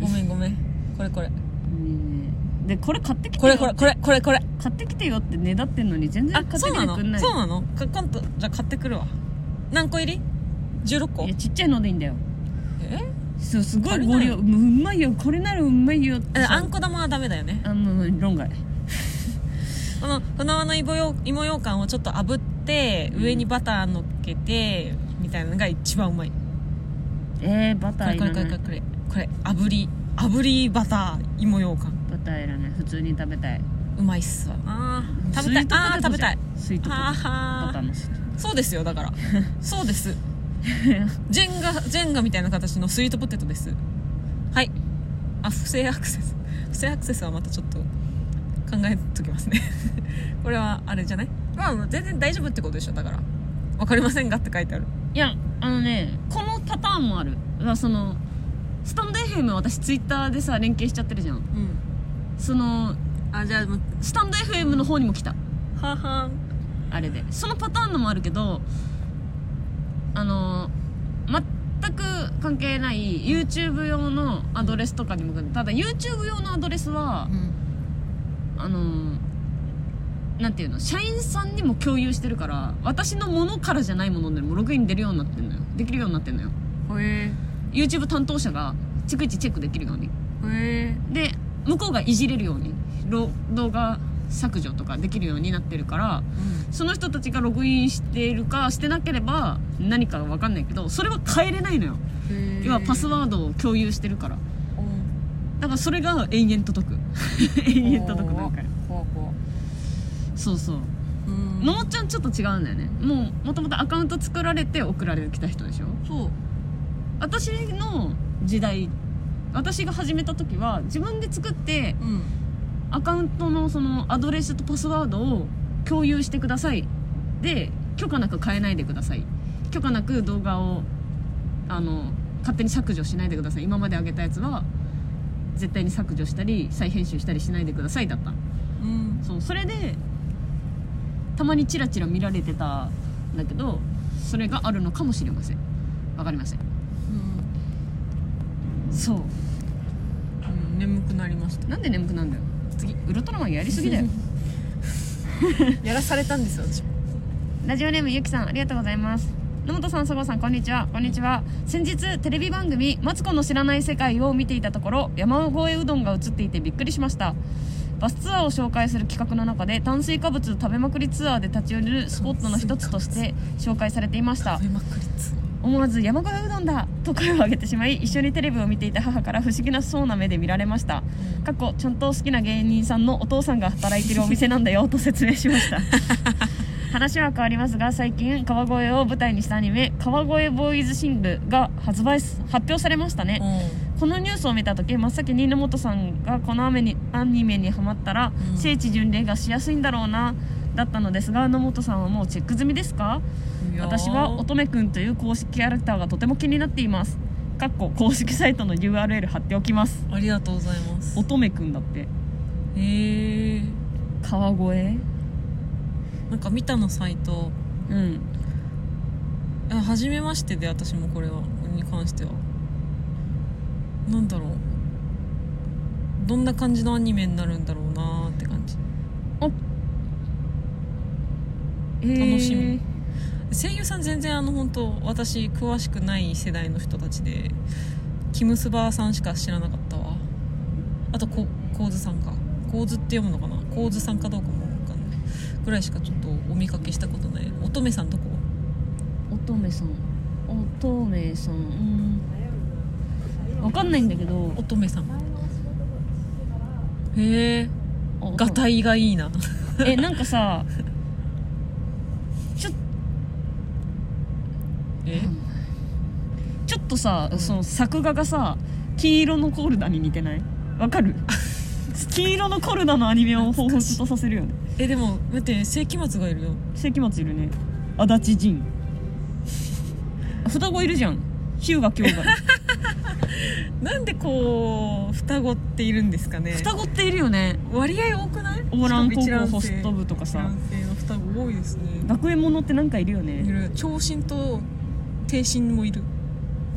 Speaker 2: ごめんごめんこれこれ
Speaker 1: ねえでこれ買ってきて
Speaker 2: こ
Speaker 1: よ
Speaker 2: れこれこれこれこれ
Speaker 1: 買ってきてよってねだってんのに全然
Speaker 2: あ
Speaker 1: 買ってき
Speaker 2: そ
Speaker 1: て
Speaker 2: う
Speaker 1: く
Speaker 2: なんの
Speaker 1: ない
Speaker 2: そうなのか今度じゃあ買ってくるわ何個入り ?16 個
Speaker 1: いやちっちゃいのでいいんだよ
Speaker 2: え
Speaker 1: そうすご
Speaker 2: こ
Speaker 1: い
Speaker 2: れ
Speaker 1: ご
Speaker 2: なら
Speaker 1: 量もううまいよこれならうまいよって
Speaker 2: ああんこ玉はダメだよね
Speaker 1: あもう論外
Speaker 2: この船輪の芋よう芋ようかんをちょっと炙って
Speaker 1: うん
Speaker 2: 上にバターのっけてみたいなのが一番うまいこ
Speaker 1: えー、バター
Speaker 2: れ
Speaker 1: い
Speaker 2: これ
Speaker 1: ら
Speaker 2: これ
Speaker 1: な
Speaker 2: これ
Speaker 1: い
Speaker 2: これこれ炙り炙りバター芋ようかん
Speaker 1: バターいらない普通に食べたいう
Speaker 2: まいっすわあー食べたい
Speaker 1: スイートポテトじゃんスイートポテ
Speaker 2: あー食べたい
Speaker 1: トバ
Speaker 2: あ
Speaker 1: ターのスイート
Speaker 2: ーそうですよだからそうですジェンガジェンガみたいな形のスイートポテトですはいあ不正アクセス不正アクセスはまたちょっと考えときますねこれはあれじゃないまあ全然大丈夫ってことでしょだから分かりませんがって書いてある
Speaker 1: いやあのねこのパターンもあるだからそのスタンド FM 私ツイッターでさ連携しちゃってるじゃん
Speaker 2: うん
Speaker 1: その
Speaker 2: あじゃあもう
Speaker 1: スタンド FM の方にも来た
Speaker 2: はは
Speaker 1: あれでそのパターンのもあるけどあの全く関係ない YouTube 用のアドレスとかにも来るただ YouTube 用のアドレスは
Speaker 2: ん
Speaker 1: あのなんていうの社員さんにも共有してるから私のものからじゃないものでもログイン出るようになってんのよできるようになってんのよ
Speaker 2: へ
Speaker 1: YouTube 担当者が逐一チェックできるように
Speaker 2: えへえ
Speaker 1: で向こうがいじれるようにろ動画削除とかできるようになってるからその人たちがログインしているかしてなければ何か分かんないけどそれは変えれないのよ
Speaker 2: うん
Speaker 1: 要はパスワー
Speaker 2: ド
Speaker 1: ドを共有してるからだからそれが延々届 [laughs] く延々届くなんか
Speaker 2: 怖い怖い
Speaker 1: そうそう
Speaker 2: うん
Speaker 1: のもちゃんちょっと違うんだよねもうもともとアカウント作られて送られてきた人でしょ
Speaker 2: そう
Speaker 1: 私の時代私が始めた時は自分で作って
Speaker 2: うん
Speaker 1: アカウントのそのアドレスとパスワードを共有してくださいで許可なく変えないでください許可なく動画をあの勝手に削除しないでください今まで上げたやつは絶対に削除したり再編集したりしないでくださいだった
Speaker 2: うん
Speaker 1: そうそれでたまにチラチラ見られてたんだけどそれがあるのかもしれませんわかりませんそう
Speaker 2: うん眠くなりました
Speaker 1: なんで眠くなんだよ次ウルトラマンやりすぎだ [laughs] よ
Speaker 2: やらされたんですよ私
Speaker 1: ラジオネームゆきさんありがとうございます野本さん、そごさん、こんにちは。こんにちは。先日、テレビ番組、マツコの知らない世界を見ていたところ、山越えうどんが映っていてびっくりしました。バスツアーを紹介する企画の中で、炭水化物食べまくりツアーで立ち寄れるスポットの一つとして紹介されていました
Speaker 2: 食。べまくりつ
Speaker 1: 思わず「山小屋うどんだ!」と声を上げてしまい一緒にテレビを見ていた母から不思議なそうな目で見られました過去ちゃんと好きな芸人さんのお父さんが働いているお店なんだよと説明しました話は変わりますが最近川越を舞台にしたアニメ「川越ボーイズシング」が発売す発表されましたね
Speaker 2: う
Speaker 1: このニュースを見た時真っ先に根本さんがこのアメにアニメにハマったら、
Speaker 2: うん
Speaker 1: 聖地巡礼がしやすいんだろうなだったのですが野本さんはもうチェック済みですか
Speaker 2: ん
Speaker 1: 私は乙女くんという公式キャラクターがとても気になっていますかっこ公式サイトの URL 貼っておきます
Speaker 2: ありがとうございます
Speaker 1: 乙女くんだって
Speaker 2: へえ
Speaker 1: 川越
Speaker 2: なんか見たのサイト
Speaker 1: うん
Speaker 2: あ初めましてで私もこれはに関してはなんだろうどんな感じのアニメになるんだろうなーって感じ楽しみ声優さん全然あの本当私詳しくない世代の人たちでキムスバーさんしか知らなかったわあとこ構図さんか構図って読むのかな構図さんかどうかも分かんないぐらいしかちょっとお見かけしたことない乙女さんとこ
Speaker 1: 乙女さん乙女さんうんわかんないんだけど
Speaker 2: 乙女さんへえが
Speaker 1: い
Speaker 2: たいがいいな
Speaker 1: えなんか [laughs] さちょ
Speaker 2: え
Speaker 1: ちょっとさ、
Speaker 2: うん
Speaker 1: その作画がさ黄色のコルダに似てないわか [laughs] る黄色のコルダのアニメを彷彿とさせるよね
Speaker 2: えでも待って世紀末がいるよ
Speaker 1: 世紀末いるね足立仁双子いるじゃんヒューガ兄弟
Speaker 2: なんでこう双子っているんですかね
Speaker 1: 双子っているよね
Speaker 2: 割合多くない
Speaker 1: オーラン高校ホ
Speaker 2: し
Speaker 1: ス
Speaker 2: か
Speaker 1: ト
Speaker 2: も
Speaker 1: 部とか
Speaker 2: 一
Speaker 1: さ
Speaker 2: 卵性一卵性の双子多いですね
Speaker 1: 学園ものってなんかいるよ
Speaker 2: い
Speaker 1: ね
Speaker 2: る長身と低身もいる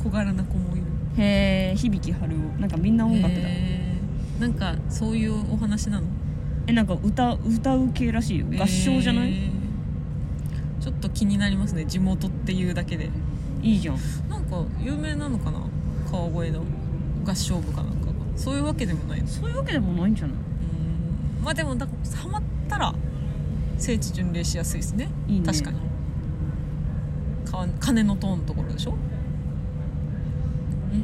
Speaker 2: 小柄な子もいる
Speaker 1: へえ響春夫なんかみんな音楽だえ
Speaker 2: へーなんかそういうお話なの
Speaker 1: なんか歌歌う系らしいよ合唱じゃない、
Speaker 2: へーちょっと気になりますね地元っていうだけで
Speaker 1: いいじゃん
Speaker 2: なんか有名なのかな川越の合唱部かなんかがそういうわけでもないの
Speaker 1: そういうわけでもないんじゃないう
Speaker 2: ーんまあでもだからハマったら聖地巡礼しやすいですね
Speaker 1: いいね
Speaker 2: 確かにか鐘の塔のところでしょん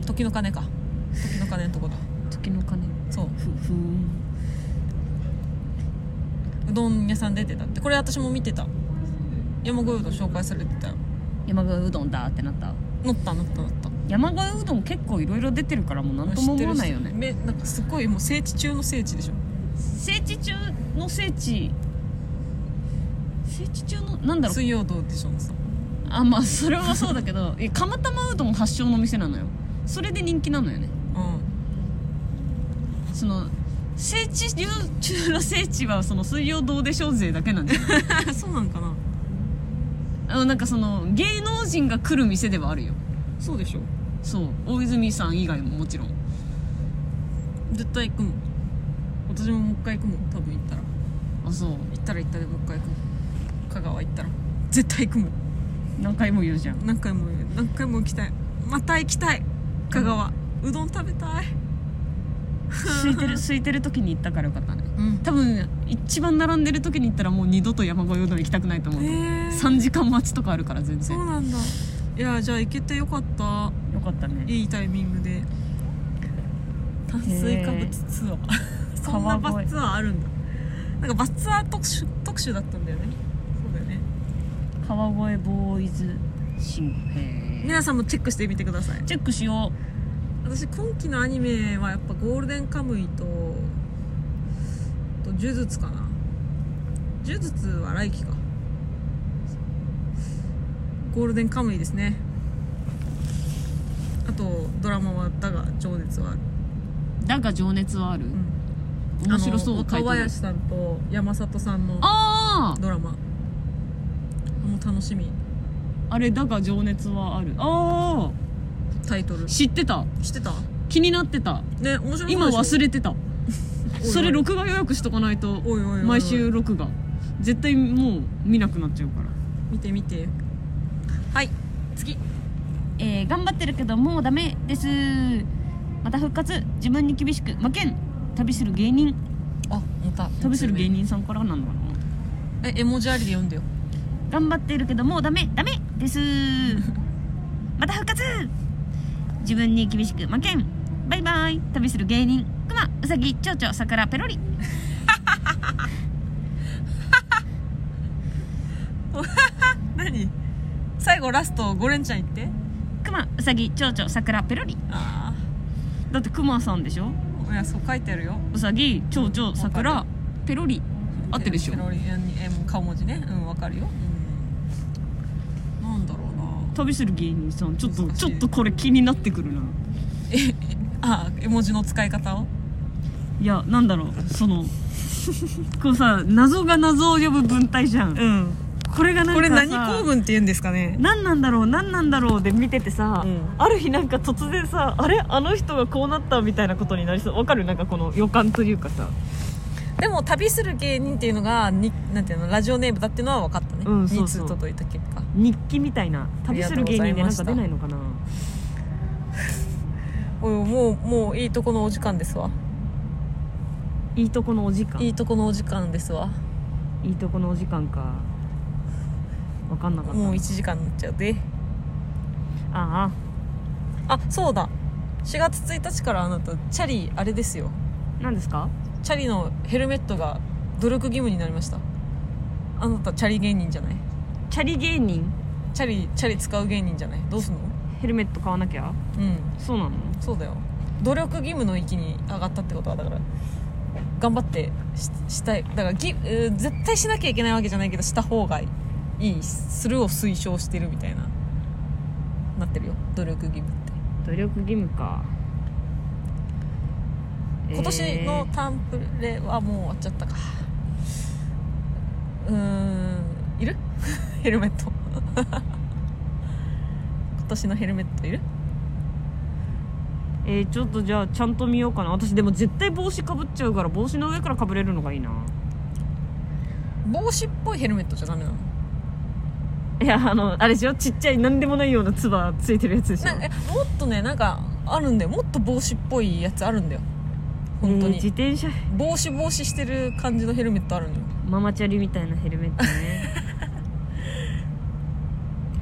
Speaker 2: 時の鐘か時の鐘のとこだ
Speaker 1: 時の鐘
Speaker 2: そう
Speaker 1: ふふーん
Speaker 2: うどん屋さん出てたってこれ私も見てた山越えうどん紹介されてたよ
Speaker 1: 山越えうどんだってなった
Speaker 2: 乗った乗った乗った
Speaker 1: 山越えうどん結構いろいろ出てるからもう何とも思わないよね
Speaker 2: めなんかすごいもう聖地中の聖地でしょ
Speaker 1: 聖地中の聖地聖地中のなんだろう
Speaker 2: 水曜どうでしょうさ
Speaker 1: あまあそれはそうだけ [laughs] どえ釜玉うどん発祥の店なのよそれで人気なのよね
Speaker 2: う
Speaker 1: その聖地中の聖地はその水曜どうでしょう勢だけなん [laughs] で
Speaker 2: ん [laughs] そうなんかな
Speaker 1: あのなんかその芸能人が来る店ではあるよ
Speaker 2: そうでしょ
Speaker 1: そう大泉さん以外ももちろん
Speaker 2: 絶対行くもん私ももう一回行くもん多分行ったら
Speaker 1: あそう
Speaker 2: 行っったら行ったでもう一回行く香川行ったら絶対行くもん
Speaker 1: 何回も言うじゃん
Speaker 2: 何回も何回も行きたいまた行きたい香川、うどん食べたい
Speaker 1: [laughs] 空いてる空いてる時に行ったからよかったね
Speaker 2: うん
Speaker 1: 多分一番並んでる時に行ったらもう二度と山越えうどん行きたくないと思う、
Speaker 2: えー、
Speaker 1: 3時間待ちとかあるから全
Speaker 2: そ
Speaker 1: 然
Speaker 2: うなんだいやじゃあ行けてよかった
Speaker 1: よかったね
Speaker 2: いいタイミングで炭水化物ツアー [laughs] そんなバスツアーあるんだなんかバスツアー特集特集だったんだよねそうだよね
Speaker 1: 川越ボーイズ新兵
Speaker 2: 皆さんもチェックしてみてください
Speaker 1: チェックしよ
Speaker 2: 私今期のアニメはやっぱ「ゴールデンカムイと」と「呪術」かな呪術は来期かゴールデンカムイですねあとドラマは「だが情熱はある」
Speaker 1: うだが情熱はある、
Speaker 2: うん
Speaker 1: 面白そ
Speaker 2: あの
Speaker 1: うタイト
Speaker 2: 若
Speaker 1: ル
Speaker 2: 林さんと山里さんの
Speaker 1: ああ
Speaker 2: ドラマもう楽しみ
Speaker 1: あれだが情熱はあるあ
Speaker 2: タイトル
Speaker 1: あ
Speaker 2: 知
Speaker 1: 知ってた
Speaker 2: ってた
Speaker 1: 気になってた
Speaker 2: ね面白そうでしょ
Speaker 1: 今忘れてた
Speaker 2: おいおい
Speaker 1: それ録画予約しとかないと
Speaker 2: おいおいおいおい
Speaker 1: 毎週録画絶対もう見なくなっちゃうから
Speaker 2: 見て見てはい次
Speaker 1: えー頑張ってるけどもうダメですまた復活自分に厳しく負けん旅する芸人
Speaker 2: あまた
Speaker 1: 旅する芸人さんからなのかな
Speaker 2: え絵文字ありで読んでよ
Speaker 1: 頑張ってるけどもうダメダメです [laughs] また復活自分に厳しく負けんバイバイ旅する芸人クマウサギ蝶々桜ペロリ
Speaker 2: 何最後ラストゴレンちゃん言って
Speaker 1: クマウサギ蝶々桜ペロリ
Speaker 2: あ
Speaker 1: だってクマさんでしょ
Speaker 2: あいやそう書いてあるよ
Speaker 1: ウサギ蝶々
Speaker 2: わ
Speaker 1: 桜
Speaker 2: か
Speaker 1: ペロリ合ってるでしょ
Speaker 2: ペロリえもう顔文字ねうんわかるよ、うん、なんだろうな
Speaker 1: 旅する芸人さんちょっと
Speaker 2: 難しい
Speaker 1: ちょっとこれ気になってくるな
Speaker 2: ああ絵文字の使い方を
Speaker 1: いやなんだろうその [laughs] こうさ謎が謎を呼ぶ文体じゃん、
Speaker 2: ん
Speaker 1: これがなんかさ
Speaker 2: これ何構文って言うんですかね
Speaker 1: 何なんだろう何なんだろうで見ててさ、
Speaker 2: うん
Speaker 1: ある日なんか突然さあれあの人がこうなったみたいなことになりそうわかるなんかこの予感というかさ
Speaker 2: でも旅する芸人っていうのがになんていうのラジオネームだっていうのは分かったね、
Speaker 1: うんそうそう
Speaker 2: 2通届いた結果
Speaker 1: 日記みたいな旅する芸人でなんか
Speaker 2: ありがと
Speaker 1: 出
Speaker 2: うございました
Speaker 1: ないのかな
Speaker 2: おいもうもういいとこのお時間ですわ
Speaker 1: いいとこのお時間
Speaker 2: い
Speaker 1: い
Speaker 2: いとこのお時間ですわ
Speaker 1: いとこのお時間かわかんなかった
Speaker 2: もう1時間になっちゃうで
Speaker 1: あ
Speaker 2: あそうだ4月1日からあなたチャリあれですよ
Speaker 1: あ何ですか
Speaker 2: チャリのヘルメットが努力義務になりましたあなたチャリ芸人じゃない
Speaker 1: チャリ芸人
Speaker 2: チャリチャリ使う芸人じゃないどうすんの
Speaker 1: ヘルメット買わなきゃ
Speaker 2: うん
Speaker 1: そうなの
Speaker 2: そうだよ努力義務の域に上がったってことはだから頑張ってししたいだからぎ、えー絶対しなきゃいけないわけじゃないけどした方がいいするを推奨してるみたいななってるよ努力義務って
Speaker 1: 努力義務か
Speaker 2: 今年のタンプレはもう終わっちゃったかうーんいる [laughs] ヘルメット [laughs] 今年のヘルメットいる
Speaker 1: えーえーちょっとじゃあちゃんと見ようかな私でも絶対帽子かぶっちゃうから帽子の上からかぶれるのがいいな
Speaker 2: 帽子っぽいヘルメットじゃダメなの
Speaker 1: いやあのあれでしょちっちゃい何でもないようなつばついてるやつでしょ [laughs]
Speaker 2: なんかえもっとねなんかあるんだよもっと帽子っぽいやつあるんだよ本当
Speaker 1: えー
Speaker 2: に、
Speaker 1: 自転車
Speaker 2: 帽子帽子してる感じのヘルメットあるんだよ
Speaker 1: ママチャリみたいなヘルメット [laughs] ね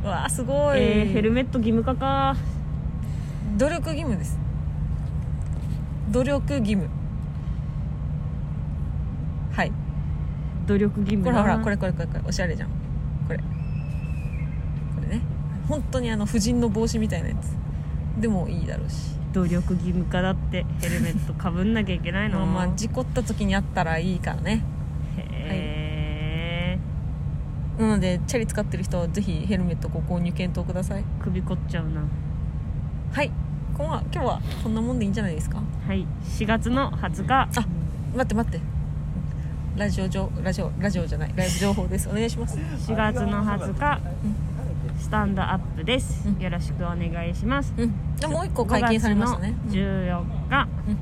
Speaker 2: うわーすごい、
Speaker 1: えー、ヘルメット義務化か
Speaker 2: 努力義務です努力義務はい
Speaker 1: 努力義務
Speaker 2: これ
Speaker 1: な
Speaker 2: ほらこれこれこれこれおしゃれじゃんこれこれね本当にあの婦人の帽子みたいなやつでもいいだろうし
Speaker 1: 努力義務化だってヘルメットかぶんなきゃいけないの [laughs]
Speaker 2: まあまあ事故った時にあったらいいからね
Speaker 1: へえ、
Speaker 2: なのでチャリ使ってる人はぜひヘルメットご購入検討ください
Speaker 1: 首凝っちゃうな
Speaker 2: はいこんは今日はこんなもんでいいんじゃないですか
Speaker 1: はい4月の20日
Speaker 2: あ待って待ってラジオ上ラジオラジオじゃないライブ情報ですお願いします
Speaker 1: 4月の20日スタンドアップです、
Speaker 2: うん
Speaker 1: よろしくお願いします
Speaker 2: うんじゃあもう一個解禁されましたね
Speaker 1: 5月の14日、
Speaker 2: うん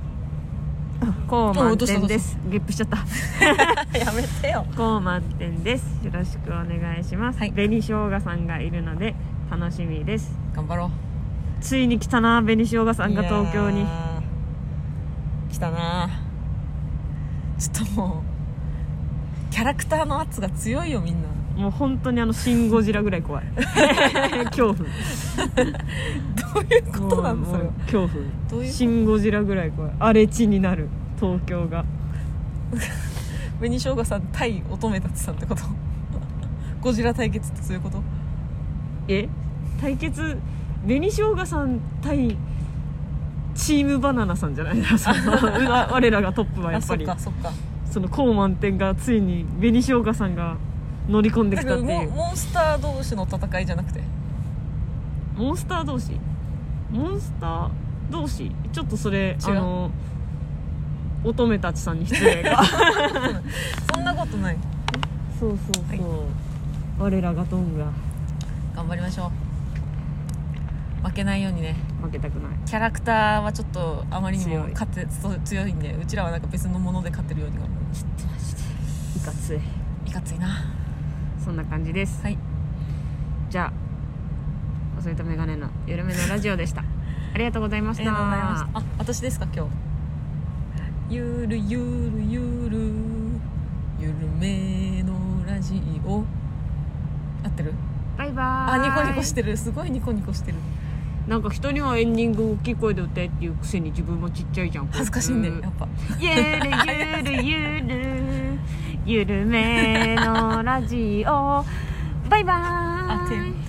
Speaker 1: 高満
Speaker 2: 落とした
Speaker 1: 点ですゲップしちゃった
Speaker 2: [laughs] やめてよ
Speaker 1: 高満点ですよろしくお願いします、
Speaker 2: はい
Speaker 1: 紅生姜さんがいるので楽しみです
Speaker 2: 頑張ろう
Speaker 1: ついに来たな紅生姜さんが東京
Speaker 2: い
Speaker 1: に
Speaker 2: やー来たなちょっともうキャラクターの圧が強いよみんな [laughs]
Speaker 1: もう本当にあの「シン・ゴジラ」ぐらい怖い
Speaker 2: [laughs]
Speaker 1: 恐怖
Speaker 2: どういうことなの
Speaker 1: もう
Speaker 2: それは
Speaker 1: もう恐怖
Speaker 2: どういう
Speaker 1: シン・ゴジラぐらい怖い荒れ地になる東京が
Speaker 2: 紅しょうがさん対乙女たちさんってこと [laughs] ゴジラ対決ってそういうこと
Speaker 1: え対決紅しょうがさん対チームバナナさんじゃない [laughs] なそのうわ我らがトップはや
Speaker 2: あ
Speaker 1: っ
Speaker 2: そ
Speaker 1: ぱ
Speaker 2: っ
Speaker 1: り
Speaker 2: かそっか
Speaker 1: その高満点がついに紅しょうがさんが乗り込んで
Speaker 2: だ
Speaker 1: き
Speaker 2: か
Speaker 1: た
Speaker 2: ら
Speaker 1: って
Speaker 2: モ
Speaker 1: い
Speaker 2: ン
Speaker 1: う
Speaker 2: モンスター同士の戦いじゃなくて
Speaker 1: モンスター同士モンスター同士ちょっとそれあの乙女たちさんに失礼が
Speaker 2: そんなことない
Speaker 1: [laughs] そうそうそう、我らがトンが
Speaker 2: 頑張りましょう負けないようにね
Speaker 1: 負けたくない
Speaker 2: キャラクターはちょっとあまりにも
Speaker 1: 強い
Speaker 2: 勝てそう強いんでうちらはなんか別のもので勝ってるように頑張るちょっとマジで
Speaker 1: いかつい
Speaker 2: いかついな
Speaker 1: そんな感じです
Speaker 2: はい
Speaker 1: じゃあ遅いとメガネの緩めのラジオで [laughs] したありがとうございま
Speaker 2: あ
Speaker 1: し
Speaker 2: り
Speaker 1: た
Speaker 2: がとうございましたあ私ですか今日ゆるゆるゆるゆるめのラジオ合ってる
Speaker 1: バイバー
Speaker 2: あ
Speaker 1: イ
Speaker 2: ニコニコしてるすごいニコニコしてる
Speaker 1: なんか人にはエンディング大きい声で歌えっていうくせに自分もちっちゃいじゃん
Speaker 2: 恥ずかしいんで
Speaker 1: こいつ
Speaker 2: やっぱ
Speaker 1: ゆるゆるゆるゆるめのラジオバイバーイ
Speaker 2: あ手